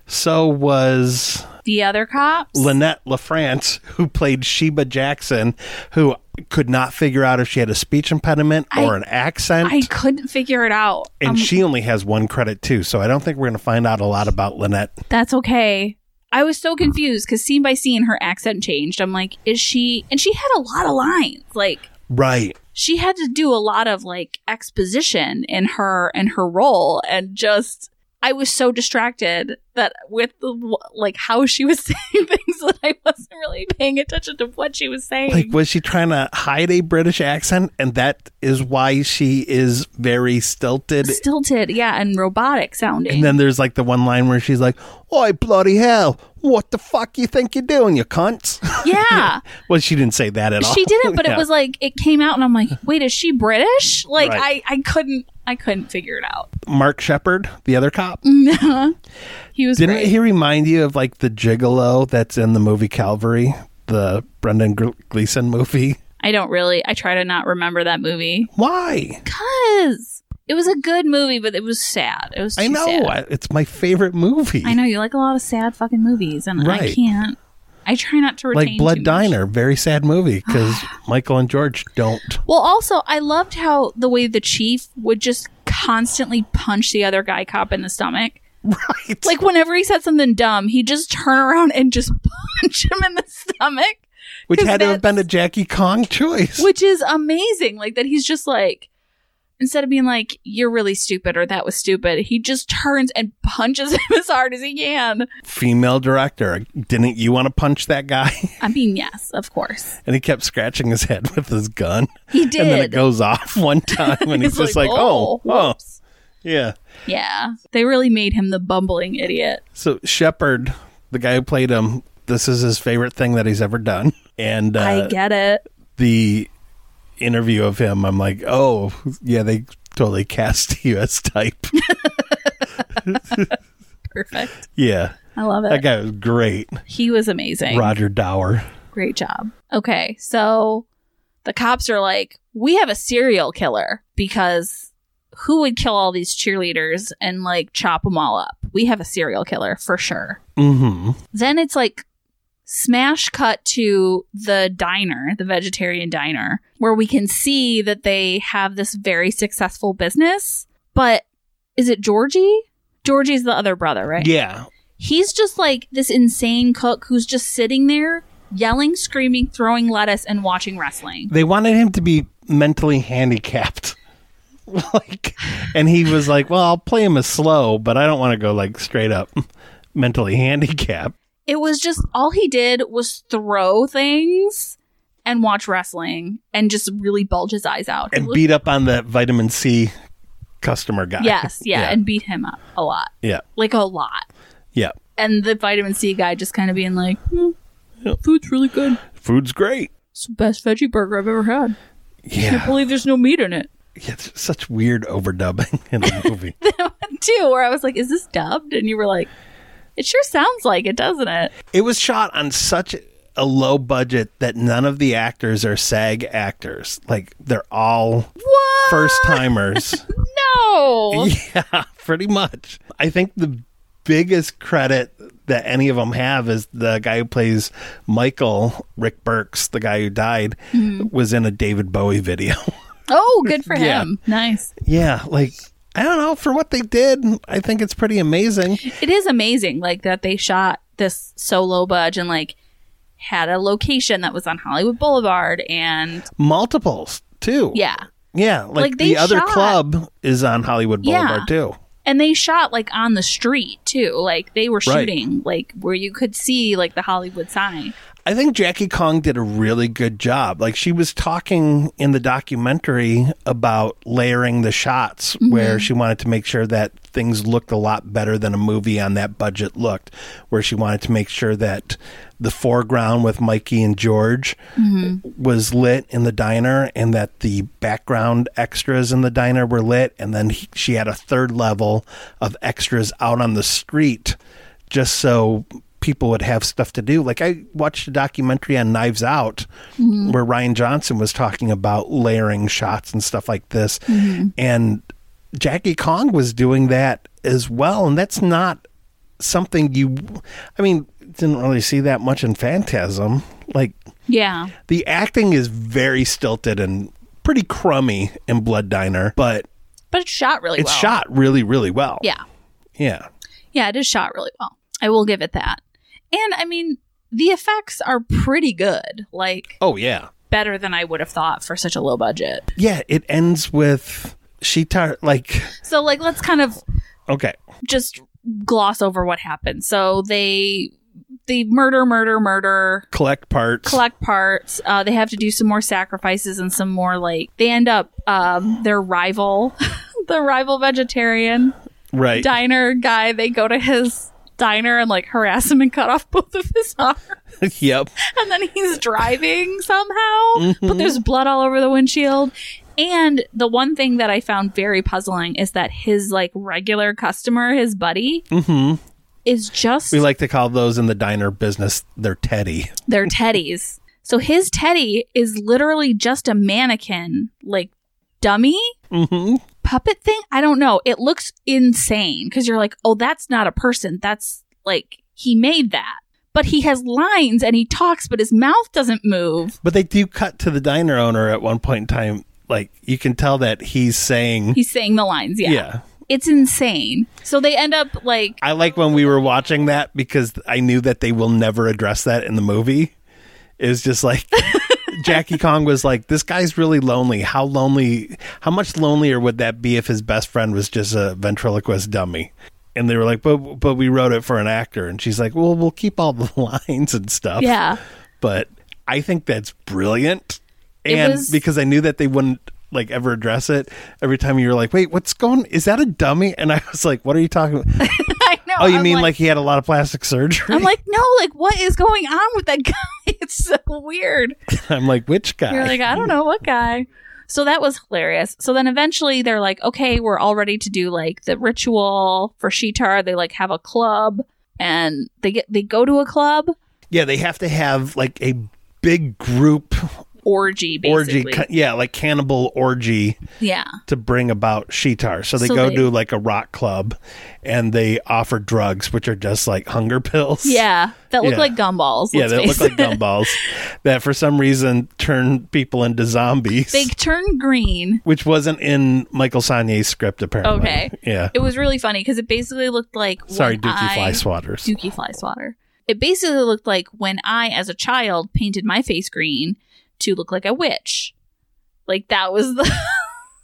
Speaker 3: so was
Speaker 2: The other cops?
Speaker 3: Lynette LaFrance, who played Sheba Jackson, who could not figure out if she had a speech impediment or
Speaker 2: I-
Speaker 3: an accent.
Speaker 2: I couldn't figure it out.
Speaker 3: and she only has one credit, too. So I don't think we're going to find out a lot about Lynette.
Speaker 2: That's okay. I was so confused because scene by scene her accent changed. I'm like, is she? And she had a lot of lines. Like
Speaker 3: Right.
Speaker 2: she had to do a lot of like exposition in her in her role, and just I was so distracted that with the, like how she was <laughs> saying things that I wasn't really paying attention to what she was saying.
Speaker 3: Like, was she trying to hide a British accent? And that is why she is very stilted.
Speaker 2: Stilted, yeah, and robotic sounding.
Speaker 3: And then there's like the one line where she's like, Oi, bloody hell. What the fuck you think you're doing, you cunts? <laughs>
Speaker 2: yeah,
Speaker 3: well, she didn't say that at all.
Speaker 2: she didn't, but
Speaker 3: <laughs> Yeah.
Speaker 2: it was like it came out, and I'm like, wait, is she British? Like
Speaker 3: Right.
Speaker 2: I, I couldn't, I couldn't figure it
Speaker 3: <laughs>
Speaker 2: out.
Speaker 3: Mark Shepard, the other cop.
Speaker 2: He was
Speaker 3: Didn't
Speaker 2: great.
Speaker 3: he remind you of like the gigolo that's in the movie Calvary, the Brendan Gr- Gleeson movie?
Speaker 2: I don't really. I try to not remember that movie
Speaker 3: Why?
Speaker 2: because it was a good movie, but it was sad. It was. Too
Speaker 3: I know
Speaker 2: sad.
Speaker 3: I- it's my favorite movie.
Speaker 2: I know you like a lot of sad fucking movies, and
Speaker 3: Right.
Speaker 2: I can't. I try not to retain
Speaker 3: Like Blood
Speaker 2: too much.
Speaker 3: Diner, very sad movie
Speaker 2: <sighs>
Speaker 3: because Michael and George
Speaker 2: <laughs>
Speaker 3: don't.
Speaker 2: Well, also I loved how the way the chief would just constantly punch the other guy cop in the stomach.
Speaker 3: Right.
Speaker 2: Like whenever he said something dumb, he just turn around and just <laughs> punch him in the stomach,
Speaker 3: Which had to
Speaker 2: that's-
Speaker 3: have been a Jackie Kong choice.
Speaker 2: which is amazing. Like that he's just like instead of being like you're really stupid or that was stupid, he just turns and <laughs> punches him as hard as he can.
Speaker 3: Female director. Didn't you want to punch that guy? <laughs>
Speaker 2: I mean, yes, of course.
Speaker 3: And he kept scratching his head with his gun.
Speaker 2: He did.
Speaker 3: And then it goes off <laughs> one time
Speaker 2: <laughs>
Speaker 3: and he's, just like, oh, oh,
Speaker 2: whoops."
Speaker 3: yeah.
Speaker 2: Yeah. They really made him the bumbling idiot.
Speaker 3: So Shepard, the guy who played him, this is his favorite thing that he's ever done. And uh,
Speaker 2: I get it.
Speaker 3: the interview of him, I'm like, oh yeah, they totally cast <laughs> you as
Speaker 2: <laughs>
Speaker 3: type.
Speaker 2: Perfect.
Speaker 3: yeah,
Speaker 2: I love
Speaker 3: that
Speaker 2: it.
Speaker 3: guy was great,
Speaker 2: He was amazing.
Speaker 3: Roger Dower.
Speaker 2: Great job. Okay. So the cops are like, we have a serial killer because who would kill all these cheerleaders and like chop them all up? We have a serial killer for sure.
Speaker 3: Mm-hmm.
Speaker 2: Then it's like smash cut to the diner, the vegetarian diner, where we can see that they have this very successful business. But is it Georgie? Georgie's the other brother, right?
Speaker 3: Yeah,
Speaker 2: He's just like this insane cook who's just sitting there yelling, screaming, throwing lettuce, and watching wrestling.
Speaker 3: they wanted him to be mentally handicapped. <laughs> like, and he was like, well, I'll play him as slow, but I don't want to go like straight up <laughs> mentally handicapped.
Speaker 2: It was just all he did was throw things and watch wrestling and just really bulge his eyes out. It
Speaker 3: and
Speaker 2: was-
Speaker 3: beat up on that vitamin C customer guy.
Speaker 2: yes, yeah,
Speaker 3: Yeah.
Speaker 2: and beat him up a lot.
Speaker 3: Yeah.
Speaker 2: Like a lot.
Speaker 3: Yeah.
Speaker 2: And the vitamin C guy just kind of being like, "Hmm, food's really good.
Speaker 3: Food's great.
Speaker 2: It's the best veggie burger I've ever had.
Speaker 3: <sighs>
Speaker 2: Can't <laughs>
Speaker 3: Yeah.
Speaker 2: believe there's no meat in it.
Speaker 3: yeah it's such weird overdubbing <laughs> in the movie.
Speaker 2: Too, where I was like, is this dubbed? And you were like, it sure sounds like it, doesn't it?
Speaker 3: it was shot on such a low budget that none of the actors are SAG actors. Like they're all
Speaker 2: What?
Speaker 3: first
Speaker 2: <laughs>
Speaker 3: timers.
Speaker 2: No.
Speaker 3: yeah, pretty much. I think the biggest credit that any of them have is the guy who plays Michael, Rick Burks, the guy who died,
Speaker 2: Mm-hmm.
Speaker 3: was in a David Bowie video.
Speaker 2: <laughs>
Speaker 3: <laughs>
Speaker 2: Oh, good for
Speaker 3: Yeah.
Speaker 2: him. Nice.
Speaker 3: Yeah, like I don't know for what they did. I think it's pretty amazing.
Speaker 2: It is amazing, like that they shot this so low budge and like had a location that was on Hollywood Boulevard, and
Speaker 3: Multiples too.
Speaker 2: yeah,
Speaker 3: yeah. Like,
Speaker 2: Like, they
Speaker 3: the other
Speaker 2: shot-
Speaker 3: club is on Hollywood
Speaker 2: Yeah.
Speaker 3: Boulevard too.
Speaker 2: and they shot like on the street too. Like they were
Speaker 3: Right.
Speaker 2: shooting like where you could see like the Hollywood sign.
Speaker 3: I think Jackie Kong did a really good job. Like she was talking in the documentary about layering the shots where she wanted to make sure that things looked a lot better than a movie on that budget looked, where she wanted to make sure that the foreground with Mikey and George was lit in the diner and that the background extras in the diner were lit and then he, she had a third level of extras out on the street just so people would have stuff to do. Like I watched a documentary on Knives Out where Ryan Johnson was talking about layering shots and stuff like this. And Jackie Kong was doing that as well. And that's not something you, I mean, didn't really see that much in Phantasm. Like
Speaker 2: Yeah,
Speaker 3: the acting is very stilted and pretty crummy in Blood Diner, but
Speaker 2: but it's shot really
Speaker 3: it's
Speaker 2: well.
Speaker 3: shot really, really well.
Speaker 2: Yeah,
Speaker 3: Yeah.
Speaker 2: yeah, it is shot really well. I will give it that. And I mean, the effects are pretty good. Like
Speaker 3: Oh, yeah.
Speaker 2: better than I would have thought for such a low budget.
Speaker 3: Yeah, it ends with she tar- like
Speaker 2: So like let's kind of
Speaker 3: Okay.
Speaker 2: just gloss over what happened. So they they murder, murder, murder,
Speaker 3: Collect parts.
Speaker 2: collect parts. Uh, they have to do some more sacrifices and some more like they end up um, their rival, <laughs> the rival vegetarian
Speaker 3: right.
Speaker 2: diner guy. They go to his diner and like harass him and cut off both of his <laughs> arms
Speaker 3: <laughs> yep.
Speaker 2: and then he's driving somehow, but there's blood all over the windshield. And the one thing that I found very puzzling is that his like regular customer, his buddy, is just
Speaker 3: Mm-hmm. We like to call those in the diner business their teddy.
Speaker 2: their teddies. So his teddy is literally just a mannequin, like dummy
Speaker 3: Mm-hmm.
Speaker 2: puppet thing. I don't know. It looks insane because you're like, oh, that's not a person. That's like he made that. But he has lines and he talks, but his mouth doesn't move.
Speaker 3: But they do cut to the diner owner at one point in time. Like you can tell that he's saying,
Speaker 2: He's saying the lines, yeah.
Speaker 3: yeah.
Speaker 2: It's insane. So they end up like
Speaker 3: I like when we were watching that because I knew that they will never address that in the movie. Is
Speaker 2: <laughs>
Speaker 3: just like Jackie Kong was like, this guy's really lonely. How lonely? How much lonelier would that be if his best friend was just a ventriloquist dummy? And they were like, but but we wrote it for an actor, and she's like, well, we'll keep all the <laughs> lines and stuff.
Speaker 2: Yeah. <laughs>
Speaker 3: but I think that's brilliant.
Speaker 2: It
Speaker 3: And
Speaker 2: was-
Speaker 3: because I knew that they wouldn't like ever address it, every time you were like, wait, what's going? Is that a dummy? And I was like, what are you talking? about?
Speaker 2: I know.
Speaker 3: Oh, you
Speaker 2: I'm
Speaker 3: mean like, he had a lot of plastic surgery?
Speaker 2: I'm like, no, like what is going on with that guy? <laughs> It's so weird.
Speaker 3: <laughs> I'm like, which guy?
Speaker 2: You're like, I don't know what guy. So that was hilarious. So then eventually they're like, okay, we're all ready to do like the ritual for Shitar. They like have a club and they get they go to a club
Speaker 3: yeah, they have to have like a big group
Speaker 2: orgy basically.
Speaker 3: orgy. ca- Yeah, like cannibal orgy
Speaker 2: yeah.
Speaker 3: to bring about Shitar. So they
Speaker 2: So
Speaker 3: go
Speaker 2: they-
Speaker 3: to like a rock club and they offer drugs, which are just like hunger pills.
Speaker 2: Yeah. That look
Speaker 3: Yeah.
Speaker 2: like gumballs.
Speaker 3: <laughs> Yeah,
Speaker 2: let's
Speaker 3: that
Speaker 2: face
Speaker 3: look like gumballs that for some reason turn people into zombies,
Speaker 2: <laughs> They turn green
Speaker 3: which wasn't in Michael Sanye's script apparently.
Speaker 2: Okay.
Speaker 3: Yeah.
Speaker 2: It was really funny because it basically looked like
Speaker 3: Sorry,
Speaker 2: when
Speaker 3: Dookie
Speaker 2: I-
Speaker 3: Fly Swatters.
Speaker 2: Dookie fly swatter. It basically looked like when I, as a child, painted my face green to look like a witch. Like that was the. <laughs>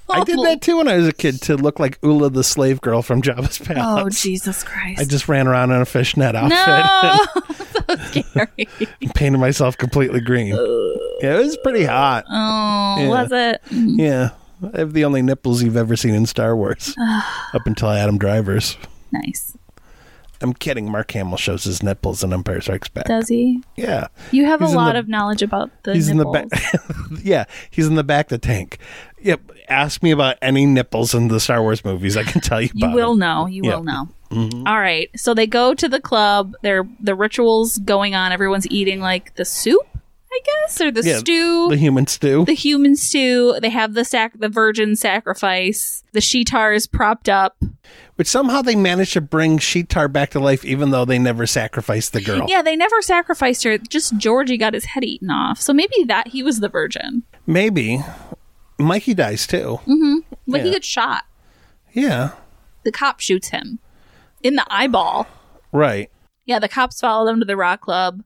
Speaker 3: I did that too when I was a kid to look like Ula the slave girl from Java's Palace.
Speaker 2: Oh Jesus Christ!
Speaker 3: I just ran around in a fishnet outfit
Speaker 2: <laughs> no, so scary.
Speaker 3: and painted myself completely green. Yeah, it was pretty hot.
Speaker 2: Oh,
Speaker 3: Yeah.
Speaker 2: was it?
Speaker 3: Yeah. I have the only nipples you've ever seen in
Speaker 2: <sighs>
Speaker 3: Star Wars up until Adam Driver's.
Speaker 2: Nice.
Speaker 3: I'm kidding. Mark Hamill shows his nipples in Empire Strikes Back.
Speaker 2: Does he?
Speaker 3: yeah.
Speaker 2: You have
Speaker 3: He's
Speaker 2: a
Speaker 3: in
Speaker 2: lot
Speaker 3: the-
Speaker 2: of knowledge about the.
Speaker 3: he's in
Speaker 2: nipples.
Speaker 3: the back. <laughs> yeah, he's in the back of the tank. Yep. Ask me about any nipples in the Star Wars movies. I can tell you.
Speaker 2: You
Speaker 3: about
Speaker 2: will
Speaker 3: them.
Speaker 2: know. You will
Speaker 3: Yeah. Mm-hmm.
Speaker 2: know. All right. So they go to the club. There, the rituals going on. Everyone's eating like the soup, I guess, or the
Speaker 3: Yeah,
Speaker 2: stew.
Speaker 3: the
Speaker 2: The-
Speaker 3: human stew.
Speaker 2: human stew. They have the sac, the virgin sacrifice. The shitar is propped up.
Speaker 3: Which somehow they managed to bring Sheetar back to life, even though they never sacrificed the girl.
Speaker 2: Yeah, they never sacrificed her. Just Georgie got his head eaten off. So maybe that he was the virgin.
Speaker 3: Maybe Mikey dies too.
Speaker 2: Like he
Speaker 3: Yeah.
Speaker 2: gets shot.
Speaker 3: Yeah,
Speaker 2: The cop shoots him in the eyeball.
Speaker 3: right.
Speaker 2: Yeah, the cops follow them to the rock club.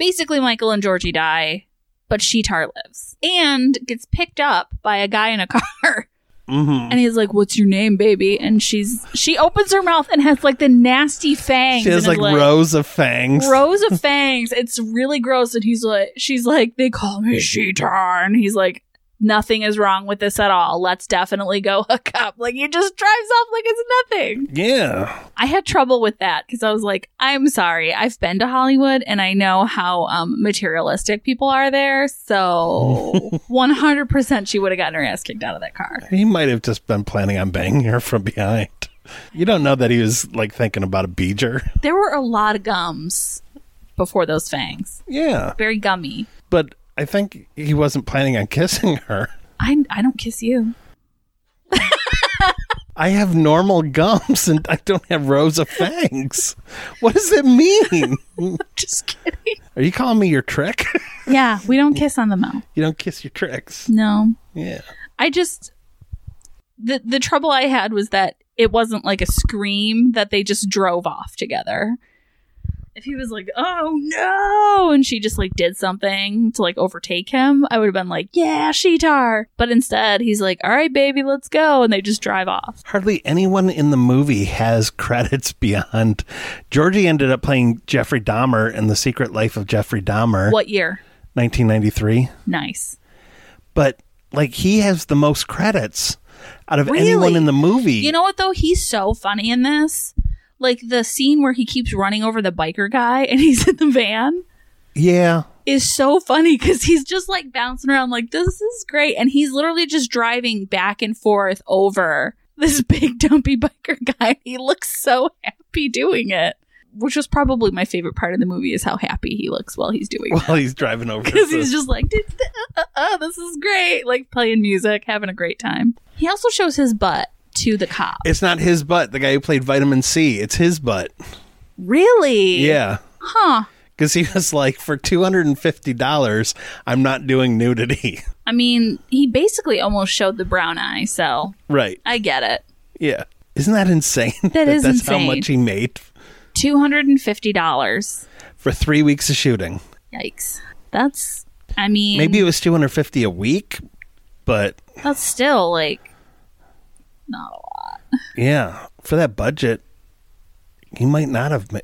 Speaker 2: Basically, Michael and Georgie die, but Sheetar lives and gets picked up by a guy in a <laughs> car.
Speaker 3: Mm-hmm.
Speaker 2: And he's like, "What's your name, baby?" And she's she opens her mouth and has like the nasty fangs.
Speaker 3: She has
Speaker 2: and
Speaker 3: like,
Speaker 2: is
Speaker 3: rows of fangs.
Speaker 2: rows of fangs. It's really gross. And he's like, she's like, "They call me Sheetar," and he's like, "Nothing is wrong with this at all. Let's definitely go <laughs> hook up." Like he just drives off like it's nothing.
Speaker 3: yeah,
Speaker 2: I had trouble with that because I was like, I'm sorry, I've been to Hollywood and I know how um, materialistic people are there. So 100% she would have gotten her ass kicked out of that car.
Speaker 3: he might have just been planning on banging her from behind. You don't know that he was like thinking about a beeger.
Speaker 2: There were a lot of gums before those fangs,
Speaker 3: Yeah,
Speaker 2: very gummy.
Speaker 3: but I think he wasn't planning on kissing her.
Speaker 2: I, I don't kiss you. <laughs>
Speaker 3: I have normal gums and I don't have rows of fangs. What does that mean? <laughs>
Speaker 2: Just kidding.
Speaker 3: Are you calling me your trick?
Speaker 2: Yeah, we don't kiss on the mouth.
Speaker 3: you don't kiss your tricks.
Speaker 2: No.
Speaker 3: Yeah.
Speaker 2: I just the the trouble I had was that it wasn't like a scream that they just drove off together. If he was like, "Oh no," and she just like did something to like overtake him, I would have been like, "Yeah, Sheetar." But instead, he's like, "All right, baby, let's go," and they just drive off.
Speaker 3: Hardly anyone in the movie has <laughs> credits beyond. Georgie ended up playing Jeffrey Dahmer in The Secret Life of Jeffrey Dahmer,
Speaker 2: What year?
Speaker 3: 1993.
Speaker 2: Nice.
Speaker 3: But like he has the most credits out of anyone
Speaker 2: Really?
Speaker 3: in the movie.
Speaker 2: You know what though? He's so funny in this. Like the scene where he keeps running over the biker guy and he's in the van
Speaker 3: yeah. <laughs>
Speaker 2: is so funny because he's just like bouncing around like this is great and he's literally just driving back and forth over this <laughs> big dumpy biker guy. He looks so happy doing it. Which was probably my favorite part of the movie is how happy he looks while he's doing it.
Speaker 3: While he's driving over.
Speaker 2: Because
Speaker 3: the-
Speaker 2: he's just like, "Dude, th- uh, uh, uh, this is great. Like playing music, having a great time. He also shows his butt to the cop.
Speaker 3: <laughs> it's not his butt. The guy who played Vitamin C. It's his butt.
Speaker 2: Really?
Speaker 3: Yeah.
Speaker 2: Huh.
Speaker 3: Because he was like, for $250, I'm not doing nudity. <laughs>
Speaker 2: I mean, he basically almost showed the brown eye, so
Speaker 3: right.
Speaker 2: I get it.
Speaker 3: Yeah. Isn't that insane?
Speaker 2: is
Speaker 3: that's how
Speaker 2: insane.
Speaker 3: much he made
Speaker 2: $250.
Speaker 3: for three weeks of shooting.
Speaker 2: Yikes. That's, I mean,
Speaker 3: Maybe it was 250 a week, but
Speaker 2: that's still like not a lot.
Speaker 3: yeah, for that budget, he might not have. Ma-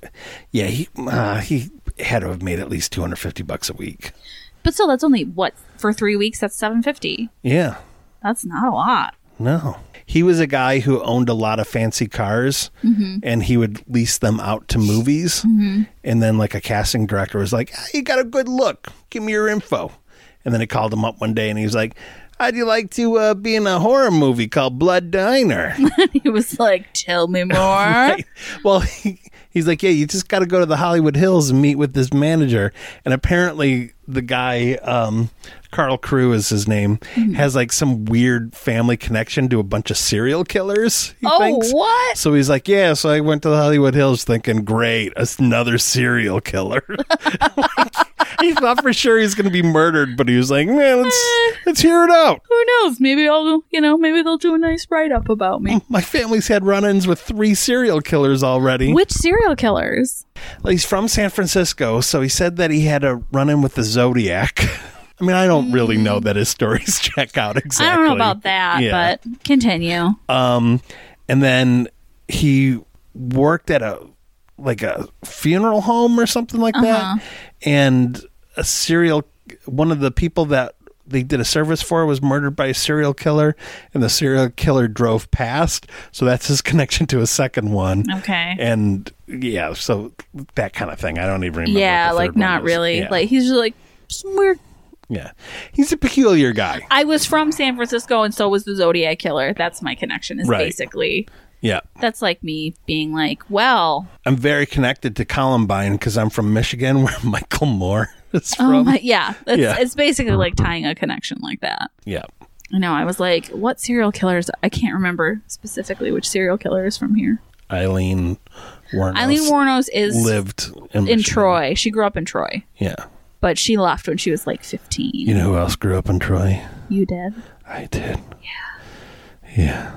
Speaker 3: yeah, he uh, he had to have made at least 250 bucks a week.
Speaker 2: But still, that's only what? For three weeks, that's 750
Speaker 3: Yeah.
Speaker 2: That's not a lot. <laughs>
Speaker 3: No. He was a guy who owned a lot of fancy cars and he would lease them out to movies. And then, like, a casting director was like, "Ah, You got a good look. Give me your info. And then I called him up one day and he was like, How'd you like to uh, be in a horror movie called Blood Diner?
Speaker 2: He was like, tell
Speaker 3: <laughs>
Speaker 2: me more.
Speaker 3: well, he, he's like, Yeah, you just got to go to the Hollywood Hills and meet with this manager. And apparently, the guy, um, Carl Crew is his name,
Speaker 2: Mm-hmm.
Speaker 3: has like some weird family connection to a bunch of serial killers. He
Speaker 2: Oh,
Speaker 3: thinks.
Speaker 2: what?
Speaker 3: So he's like, yeah. So I went to the Hollywood Hills thinking, great, another serial killer. <laughs> Like, he thought for sure he's going to be murdered, but he was like, man, let's
Speaker 2: Eh.
Speaker 3: let's hear it out.
Speaker 2: Who knows? Maybe I'll, you know, maybe they'll do a nice write up about me.
Speaker 3: My family's had run-ins with three serial killers already.
Speaker 2: Which serial killers?
Speaker 3: Well, he's from San Francisco, so he said that he had a run-in with the Zodiac. <laughs> I mean, I don't really know that his stories <laughs> check out exactly.
Speaker 2: I don't know about that,
Speaker 3: Yeah.
Speaker 2: but continue.
Speaker 3: Um, and then he worked at a like a funeral home or something like
Speaker 2: Uh-huh.
Speaker 3: that. And a serial one of the people that they did a service for was murdered by a serial killer, and the serial killer drove past. So that's his <laughs> connection to a second one.
Speaker 2: Okay.
Speaker 3: And yeah, so that kind of thing. I don't even remember. what
Speaker 2: yeah
Speaker 3: the
Speaker 2: like
Speaker 3: third one
Speaker 2: not
Speaker 3: was.
Speaker 2: really
Speaker 3: Yeah.
Speaker 2: like he's just like some weird
Speaker 3: yeah, he's a peculiar guy.
Speaker 2: i was from san francisco and so was the zodiac killer that's my connection is
Speaker 3: Right.
Speaker 2: basically
Speaker 3: Yeah.
Speaker 2: that's like me being like well
Speaker 3: I'm very connected to Columbine because I'm from Michigan, <laughs> where Michael Moore is from.
Speaker 2: oh my, yeah, it's,
Speaker 3: Yeah.
Speaker 2: it's basically like tying a connection like that
Speaker 3: yeah.
Speaker 2: i know i was like what serial killers i can't remember specifically which serial killer is from here
Speaker 3: Eileen Warnos
Speaker 2: eileen warnos is
Speaker 3: lived in,
Speaker 2: in
Speaker 3: Michigan.
Speaker 2: troy she grew up in troy
Speaker 3: Yeah.
Speaker 2: but she left when she was like 15
Speaker 3: You know who else grew up in Troy?
Speaker 2: you did
Speaker 3: I did. Yeah. Yeah.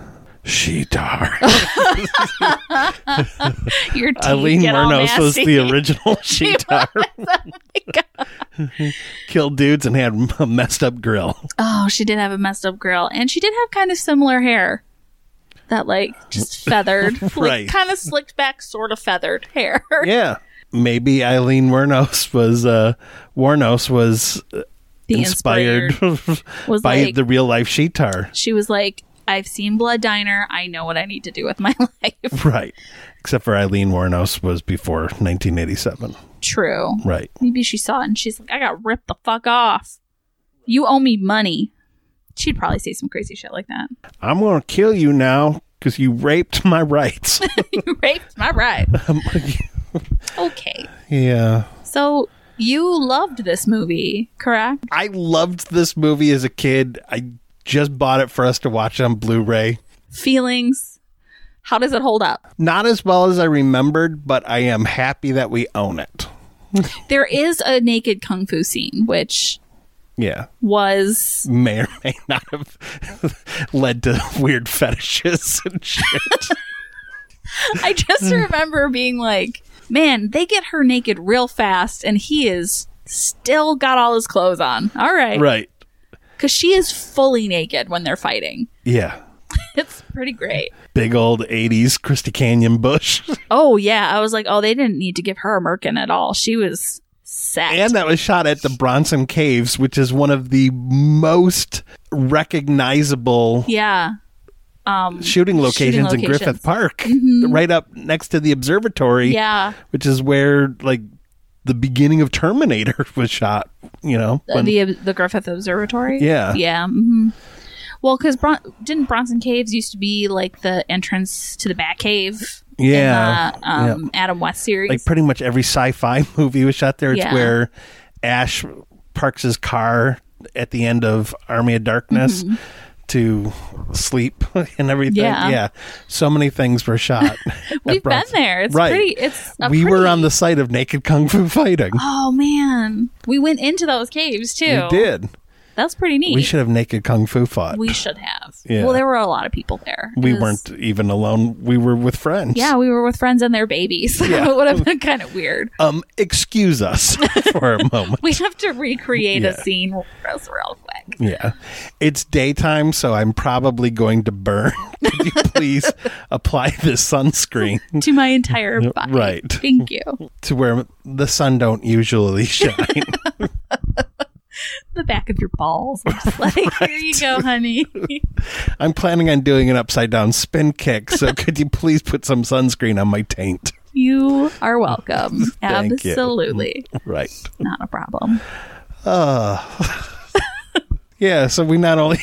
Speaker 2: <laughs>
Speaker 3: She dar.
Speaker 2: Oh, your teeth
Speaker 3: Eileen
Speaker 2: get all
Speaker 3: Warnos was
Speaker 2: nasty. <laughs>
Speaker 3: the original she dar. Killed dudes and had a messed up grill.
Speaker 2: Oh, she did have a messed up grill, and she did have kind of similar hair. That like
Speaker 3: <laughs>
Speaker 2: just feathered,
Speaker 3: Right.
Speaker 2: like kind of slicked back, sort of feathered hair. <laughs>
Speaker 3: Yeah. Maybe Eileen Warnos was uh Warnos was
Speaker 2: The
Speaker 3: inspired
Speaker 2: inspired
Speaker 3: <laughs>
Speaker 2: was
Speaker 3: by
Speaker 2: like
Speaker 3: the real life Sheetar.
Speaker 2: she was like, "I've seen Blood Diner. I know what I need to do with my <laughs> life."
Speaker 3: Right. Except for Eileen Warnos was before 1987.
Speaker 2: True.
Speaker 3: Right.
Speaker 2: Maybe she saw it and she's like, "I got ripped the fuck off. You owe me money." She'd probably say some crazy shit like that.
Speaker 3: I'm going to kill you now because you raped
Speaker 2: <laughs>
Speaker 3: my rights.
Speaker 2: <laughs>
Speaker 3: <laughs>
Speaker 2: you raped my right. <laughs> Okay,
Speaker 3: yeah.
Speaker 2: so you loved this movie, correct?
Speaker 3: I loved this movie as a kid. I just bought it for us to watch on Blu ray.
Speaker 2: feelings. How does it hold up?
Speaker 3: Not as well as I remembered, but I am happy that we own it.
Speaker 2: There is a naked kung fu scene, which
Speaker 3: Yeah.
Speaker 2: was
Speaker 3: May or may not have <laughs> led to
Speaker 2: <laughs>
Speaker 3: weird fetishes and shit. Mm.
Speaker 2: I just remember being like, man, they get her naked real fast, and he is still got all his clothes on. All right.
Speaker 3: Right.
Speaker 2: Because she is fully naked when they're fighting.
Speaker 3: Yeah.
Speaker 2: It's pretty great.
Speaker 3: Big old 80s Christy Canyon bush.
Speaker 2: Oh, yeah. I was like, oh, they didn't need to give her a merkin at all. She was set.
Speaker 3: and that was shot at the Bronson Caves, which is one of the most recognizable
Speaker 2: yeah. Um,
Speaker 3: shooting locations in
Speaker 2: locations. Mm-hmm.
Speaker 3: Griffith Park, right up next to the observatory,
Speaker 2: yeah.
Speaker 3: which is where like the beginning of Terminator <laughs> was shot, you know. when-
Speaker 2: the the Griffith Observatory.
Speaker 3: Yeah.
Speaker 2: yeah. mhm. Well, because Bron- didn't Bronson Caves used to be like the entrance to the Bat Cave?
Speaker 3: Yeah,
Speaker 2: in the, um, Adam West series.
Speaker 3: like pretty much every sci-fi <laughs> movie was shot there. It's
Speaker 2: Yeah.
Speaker 3: where Ash parks his car at the end of Army of Darkness to sleep <laughs> and everything.
Speaker 2: Mm-hmm. Yeah.
Speaker 3: so many things
Speaker 2: <laughs>
Speaker 3: were shot. at
Speaker 2: We've been
Speaker 3: Bronson.
Speaker 2: there. It's
Speaker 3: right.
Speaker 2: pretty. It's a
Speaker 3: we were
Speaker 2: pretty-
Speaker 3: on the site of Naked Kung Fu Fighting.
Speaker 2: Oh man, we went into those caves too.
Speaker 3: We did.
Speaker 2: That's pretty neat.
Speaker 3: We should have Naked Kung Fu fought.
Speaker 2: We should have.
Speaker 3: Yeah.
Speaker 2: Well, there were a lot of people there. It
Speaker 3: We
Speaker 2: was-
Speaker 3: weren't even alone. We were with friends.
Speaker 2: Yeah, we were with friends and their babies. <laughs> So
Speaker 3: Yeah.
Speaker 2: it would have been kind of weird.
Speaker 3: Um, excuse us <laughs> for a moment.
Speaker 2: We have to recreate
Speaker 3: Yeah.
Speaker 2: a scene for us real quick.
Speaker 3: Yeah. It's daytime, so I'm probably going to burn. <laughs> Could you please apply this sunscreen
Speaker 2: To my entire body.
Speaker 3: right.
Speaker 2: Thank you.
Speaker 3: to where the sun don't usually <laughs> shine?
Speaker 2: the back of your balls. I'm just like,
Speaker 3: <laughs>
Speaker 2: here you go, honey.
Speaker 3: I'm planning on doing an upside down spin kick, <laughs> so could you please put some sunscreen on my taint?
Speaker 2: you are welcome.
Speaker 3: <laughs> Thank you.
Speaker 2: Absolutely.
Speaker 3: Right.
Speaker 2: Not a problem.
Speaker 3: Yeah, so we not only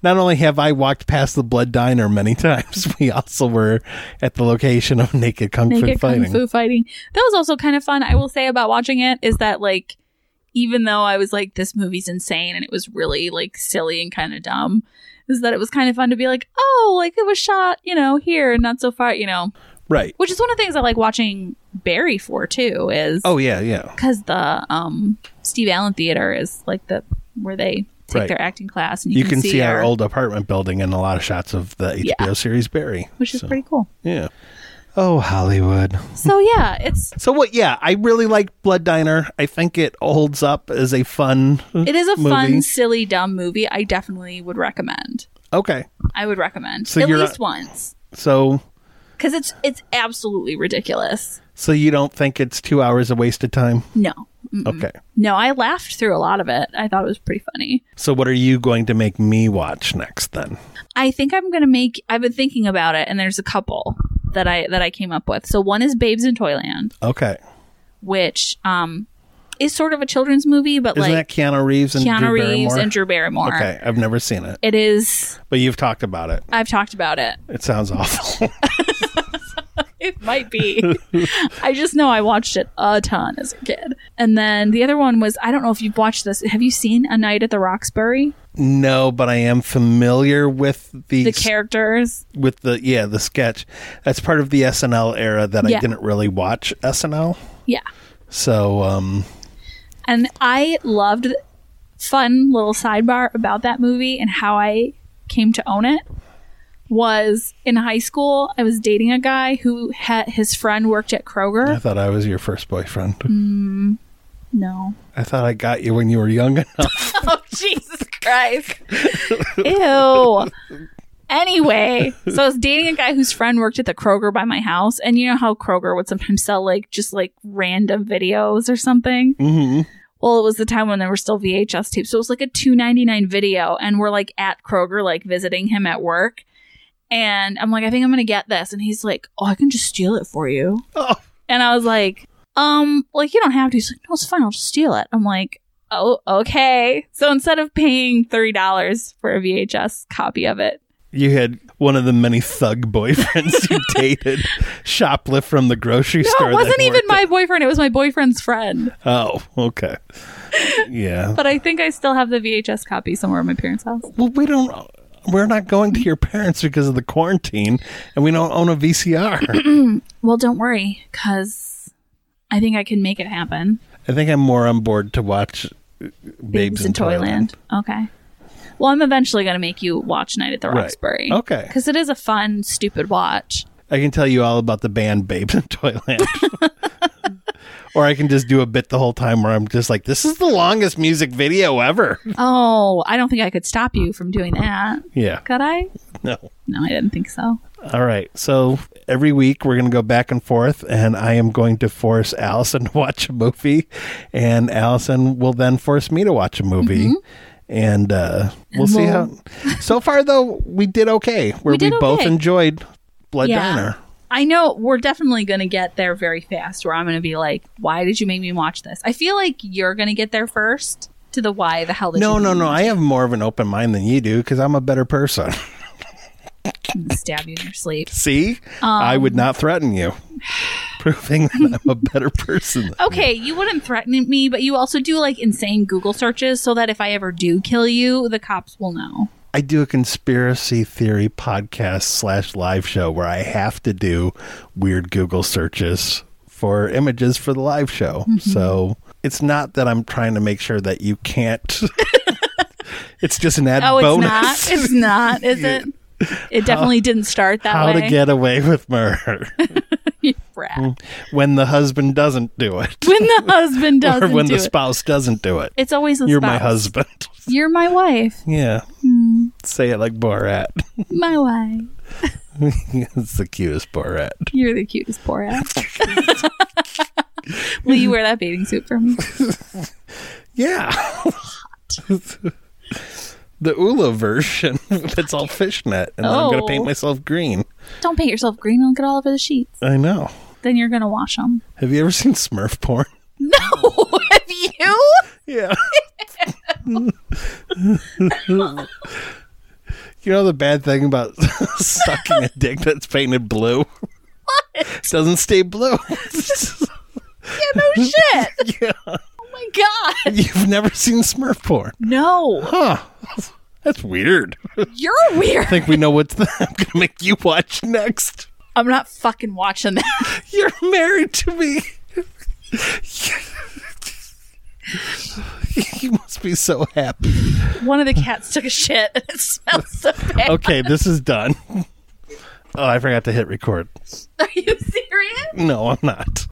Speaker 3: <laughs> not only have I walked past the Blood Diner many times, <laughs> we also were at the location of Naked Kung Fu
Speaker 2: Naked
Speaker 3: Fighting.
Speaker 2: kung fu fighting. That was also kind of fun. I will say about watching it is that like even though I was like this movie's insane and it was really like silly and kind of dumb, is that it was kind of fun to be like, oh, like it was shot, you know, here and not so far, you know.
Speaker 3: Right.
Speaker 2: Which is one of the things I like watching Barry for too is
Speaker 3: Oh yeah, yeah.
Speaker 2: because the um Steve Allen Theater is like the where they take
Speaker 3: Right.
Speaker 2: their acting class, and you,
Speaker 3: You, can, see, our,
Speaker 2: our-
Speaker 3: old apartment building and a lot of shots of the HBO
Speaker 2: Yeah.
Speaker 3: series Barry.
Speaker 2: which is
Speaker 3: So,
Speaker 2: pretty cool.
Speaker 3: Yeah. Oh, Hollywood.
Speaker 2: So yeah, it's
Speaker 3: So what? Yeah, I really like Blood Diner. I think it holds up as a fun.
Speaker 2: it is a
Speaker 3: Movie.
Speaker 2: fun, silly, dumb movie. I definitely would recommend.
Speaker 3: Okay,
Speaker 2: I would recommend
Speaker 3: So
Speaker 2: at
Speaker 3: you're-
Speaker 2: least once
Speaker 3: so
Speaker 2: because it's it's absolutely ridiculous.
Speaker 3: so you don't think it's two hours of wasted time?
Speaker 2: No, Mm.
Speaker 3: Okay.
Speaker 2: no, I laughed through a lot of it. I thought it was pretty funny.
Speaker 3: So what are you going to make me watch next then?
Speaker 2: I think I'm gonna make. I've been thinking about it, and there's a couple that I that I came up with. So one is Babes in Toyland,
Speaker 3: Okay.
Speaker 2: which um is sort of a children's movie, but
Speaker 3: Isn't
Speaker 2: like
Speaker 3: that Keanu Reeves and
Speaker 2: Keanu
Speaker 3: Drew
Speaker 2: Reeves
Speaker 3: Barrymore?
Speaker 2: and Drew Barrymore.
Speaker 3: Okay, I've never seen it,
Speaker 2: It is.
Speaker 3: but you've talked about it.
Speaker 2: I've talked about it.
Speaker 3: It sounds <laughs> awful.
Speaker 2: It might be. <laughs> I just know I watched it a ton as a kid. And then the other one was I don't know if you've watched this. Have you seen A Night at the Roxbury?
Speaker 3: no, but I am familiar with the,
Speaker 2: The characters.
Speaker 3: with the yeah the sketch. That's part of the SNL era that I
Speaker 2: Yeah.
Speaker 3: didn't really watch SNL.
Speaker 2: Yeah.
Speaker 3: So um,
Speaker 2: And I loved fun little sidebar about that movie and how I came to own it was in high school I was dating a guy who had his friend worked at
Speaker 3: I
Speaker 2: Kroger.
Speaker 3: thought I was your first boyfriend.
Speaker 2: Mm. No.
Speaker 3: I thought I got you when you were young enough.
Speaker 2: <laughs> Oh, Jesus Christ. Ew. Anyway, so I was dating a guy whose friend worked at the Kroger by my house. And you know how Kroger would sometimes sell like just like random videos or something?
Speaker 3: <laughs> mm-hmm.
Speaker 2: Well, it was the time when there were still VHS tapes. So it was like a two ninety nine video. And we're like at Kroger, like visiting him at work. And I'm like, I think I'm going to get this. And he's like, Oh, I can just steal it for you.
Speaker 3: Oh,
Speaker 2: And I was like, um, like you don't have to. He's like, no, it's fine. I'll just steal it. I'm like, oh, okay. So instead of paying thirty dollars for a VHS copy of it,
Speaker 3: you had one of the many thug
Speaker 2: <laughs>
Speaker 3: boyfriends you dated shoplift from the grocery
Speaker 2: no,
Speaker 3: store.
Speaker 2: it
Speaker 3: that
Speaker 2: wasn't
Speaker 3: he
Speaker 2: even
Speaker 3: worked
Speaker 2: my boyfriend. It was my boyfriend's friend.
Speaker 3: at. Oh, okay. Yeah.
Speaker 2: But I think I still have the VHS copy somewhere at my parents' house.
Speaker 3: Well, we don't. We're not going to your parents because of the quarantine, and we don't own
Speaker 2: <clears throat>
Speaker 3: a VCR.
Speaker 2: Well, don't worry, cause I think I can make it happen.
Speaker 3: I think I'm more on board to watch uh, Babes in, Toyland.
Speaker 2: Okay. Well, I'm eventually gonna make you watch Night at the
Speaker 3: Right.
Speaker 2: Roxbury.
Speaker 3: Okay.
Speaker 2: Because it is a fun, stupid watch.
Speaker 3: I can tell you all about the band Babes in <laughs> Toyland. or I can just do a bit the whole time where I'm just like, this is the longest music video ever.
Speaker 2: Oh, I don't think I could stop you from doing that.
Speaker 3: yeah.
Speaker 2: Could I?
Speaker 3: <laughs> No.
Speaker 2: No, I didn't think so.
Speaker 3: All right. So every week we're going to go back and forth, and I am going to force Allison to watch a movie, and Allison will then force me to watch a movie. And uh, Mm-hmm. we'll <laughs> see how.
Speaker 2: we'll-
Speaker 3: So far, though, we did okay. Where we,
Speaker 2: We did
Speaker 3: both
Speaker 2: okay.
Speaker 3: enjoyed Blood Diner.
Speaker 2: I know we're definitely going to get there very fast where I'm going to be like, why did you make me watch this? I feel like you're going to get there first to the why the hell did
Speaker 3: No,
Speaker 2: you
Speaker 3: no, no. I have more of an open mind than you do because I'm a better person.
Speaker 2: <laughs> stab you in your sleep?
Speaker 3: see, I would not threaten you, <sighs> proving that I'm a better person. than-
Speaker 2: Okay, you wouldn't threaten me, but you also do like insane Google searches so that if I ever do kill you, the cops will know.
Speaker 3: I do a conspiracy theory podcast slash live show where I have to do weird Google searches for images for the live show.
Speaker 2: Mm-hmm.
Speaker 3: So it's not that I'm trying to make sure that
Speaker 2: <laughs>
Speaker 3: you can't. it's just an added
Speaker 2: Oh, it's
Speaker 3: bonus.
Speaker 2: not. It's not, is
Speaker 3: <laughs>
Speaker 2: it? It definitely didn't start that
Speaker 3: How
Speaker 2: way.
Speaker 3: to get Mm. away with murder <laughs>
Speaker 2: You brat.
Speaker 3: when the husband doesn't do it
Speaker 2: <laughs> When the husband
Speaker 3: <laughs> or
Speaker 2: doesn't
Speaker 3: when
Speaker 2: do
Speaker 3: the
Speaker 2: it.
Speaker 3: spouse doesn't do it.
Speaker 2: It's always the
Speaker 3: You're my
Speaker 2: spouse.
Speaker 3: husband.
Speaker 2: You're my wife.
Speaker 3: yeah. Say it like Borat.
Speaker 2: My wife.
Speaker 3: <laughs> it's the cutest Borat.
Speaker 2: You're the cutest Borat. <laughs> Will you wear that bathing suit for me?
Speaker 3: Yeah. <laughs> the Ula version <laughs> that's all fishnet, and then I'm going to
Speaker 2: Oh.
Speaker 3: paint myself green.
Speaker 2: Don't paint yourself green. Don't get all over the sheets.
Speaker 3: I know.
Speaker 2: Then you're gonna wash them.
Speaker 3: Have you ever seen Smurf porn?
Speaker 2: No, <laughs> have you?
Speaker 3: <laughs> Yeah. you know the bad thing about <laughs> sucking a dick that's painted blue? It doesn't stay blue. <laughs>
Speaker 2: Yeah, no shit.
Speaker 3: Yeah.
Speaker 2: Oh my god.
Speaker 3: You've never seen Smurf porn.
Speaker 2: No,
Speaker 3: Huh. That's weird. I
Speaker 2: you're weird.
Speaker 3: think we know what <laughs> I'm going to make you watch next.
Speaker 2: I'm not fucking watching that. <laughs>
Speaker 3: You're married to me. <laughs> you must be so happy.
Speaker 2: One of the cats took a shit and it smells so bad.
Speaker 3: Okay, this is done. Oh, I forgot to hit record.
Speaker 2: Are you serious?
Speaker 3: No, I'm not.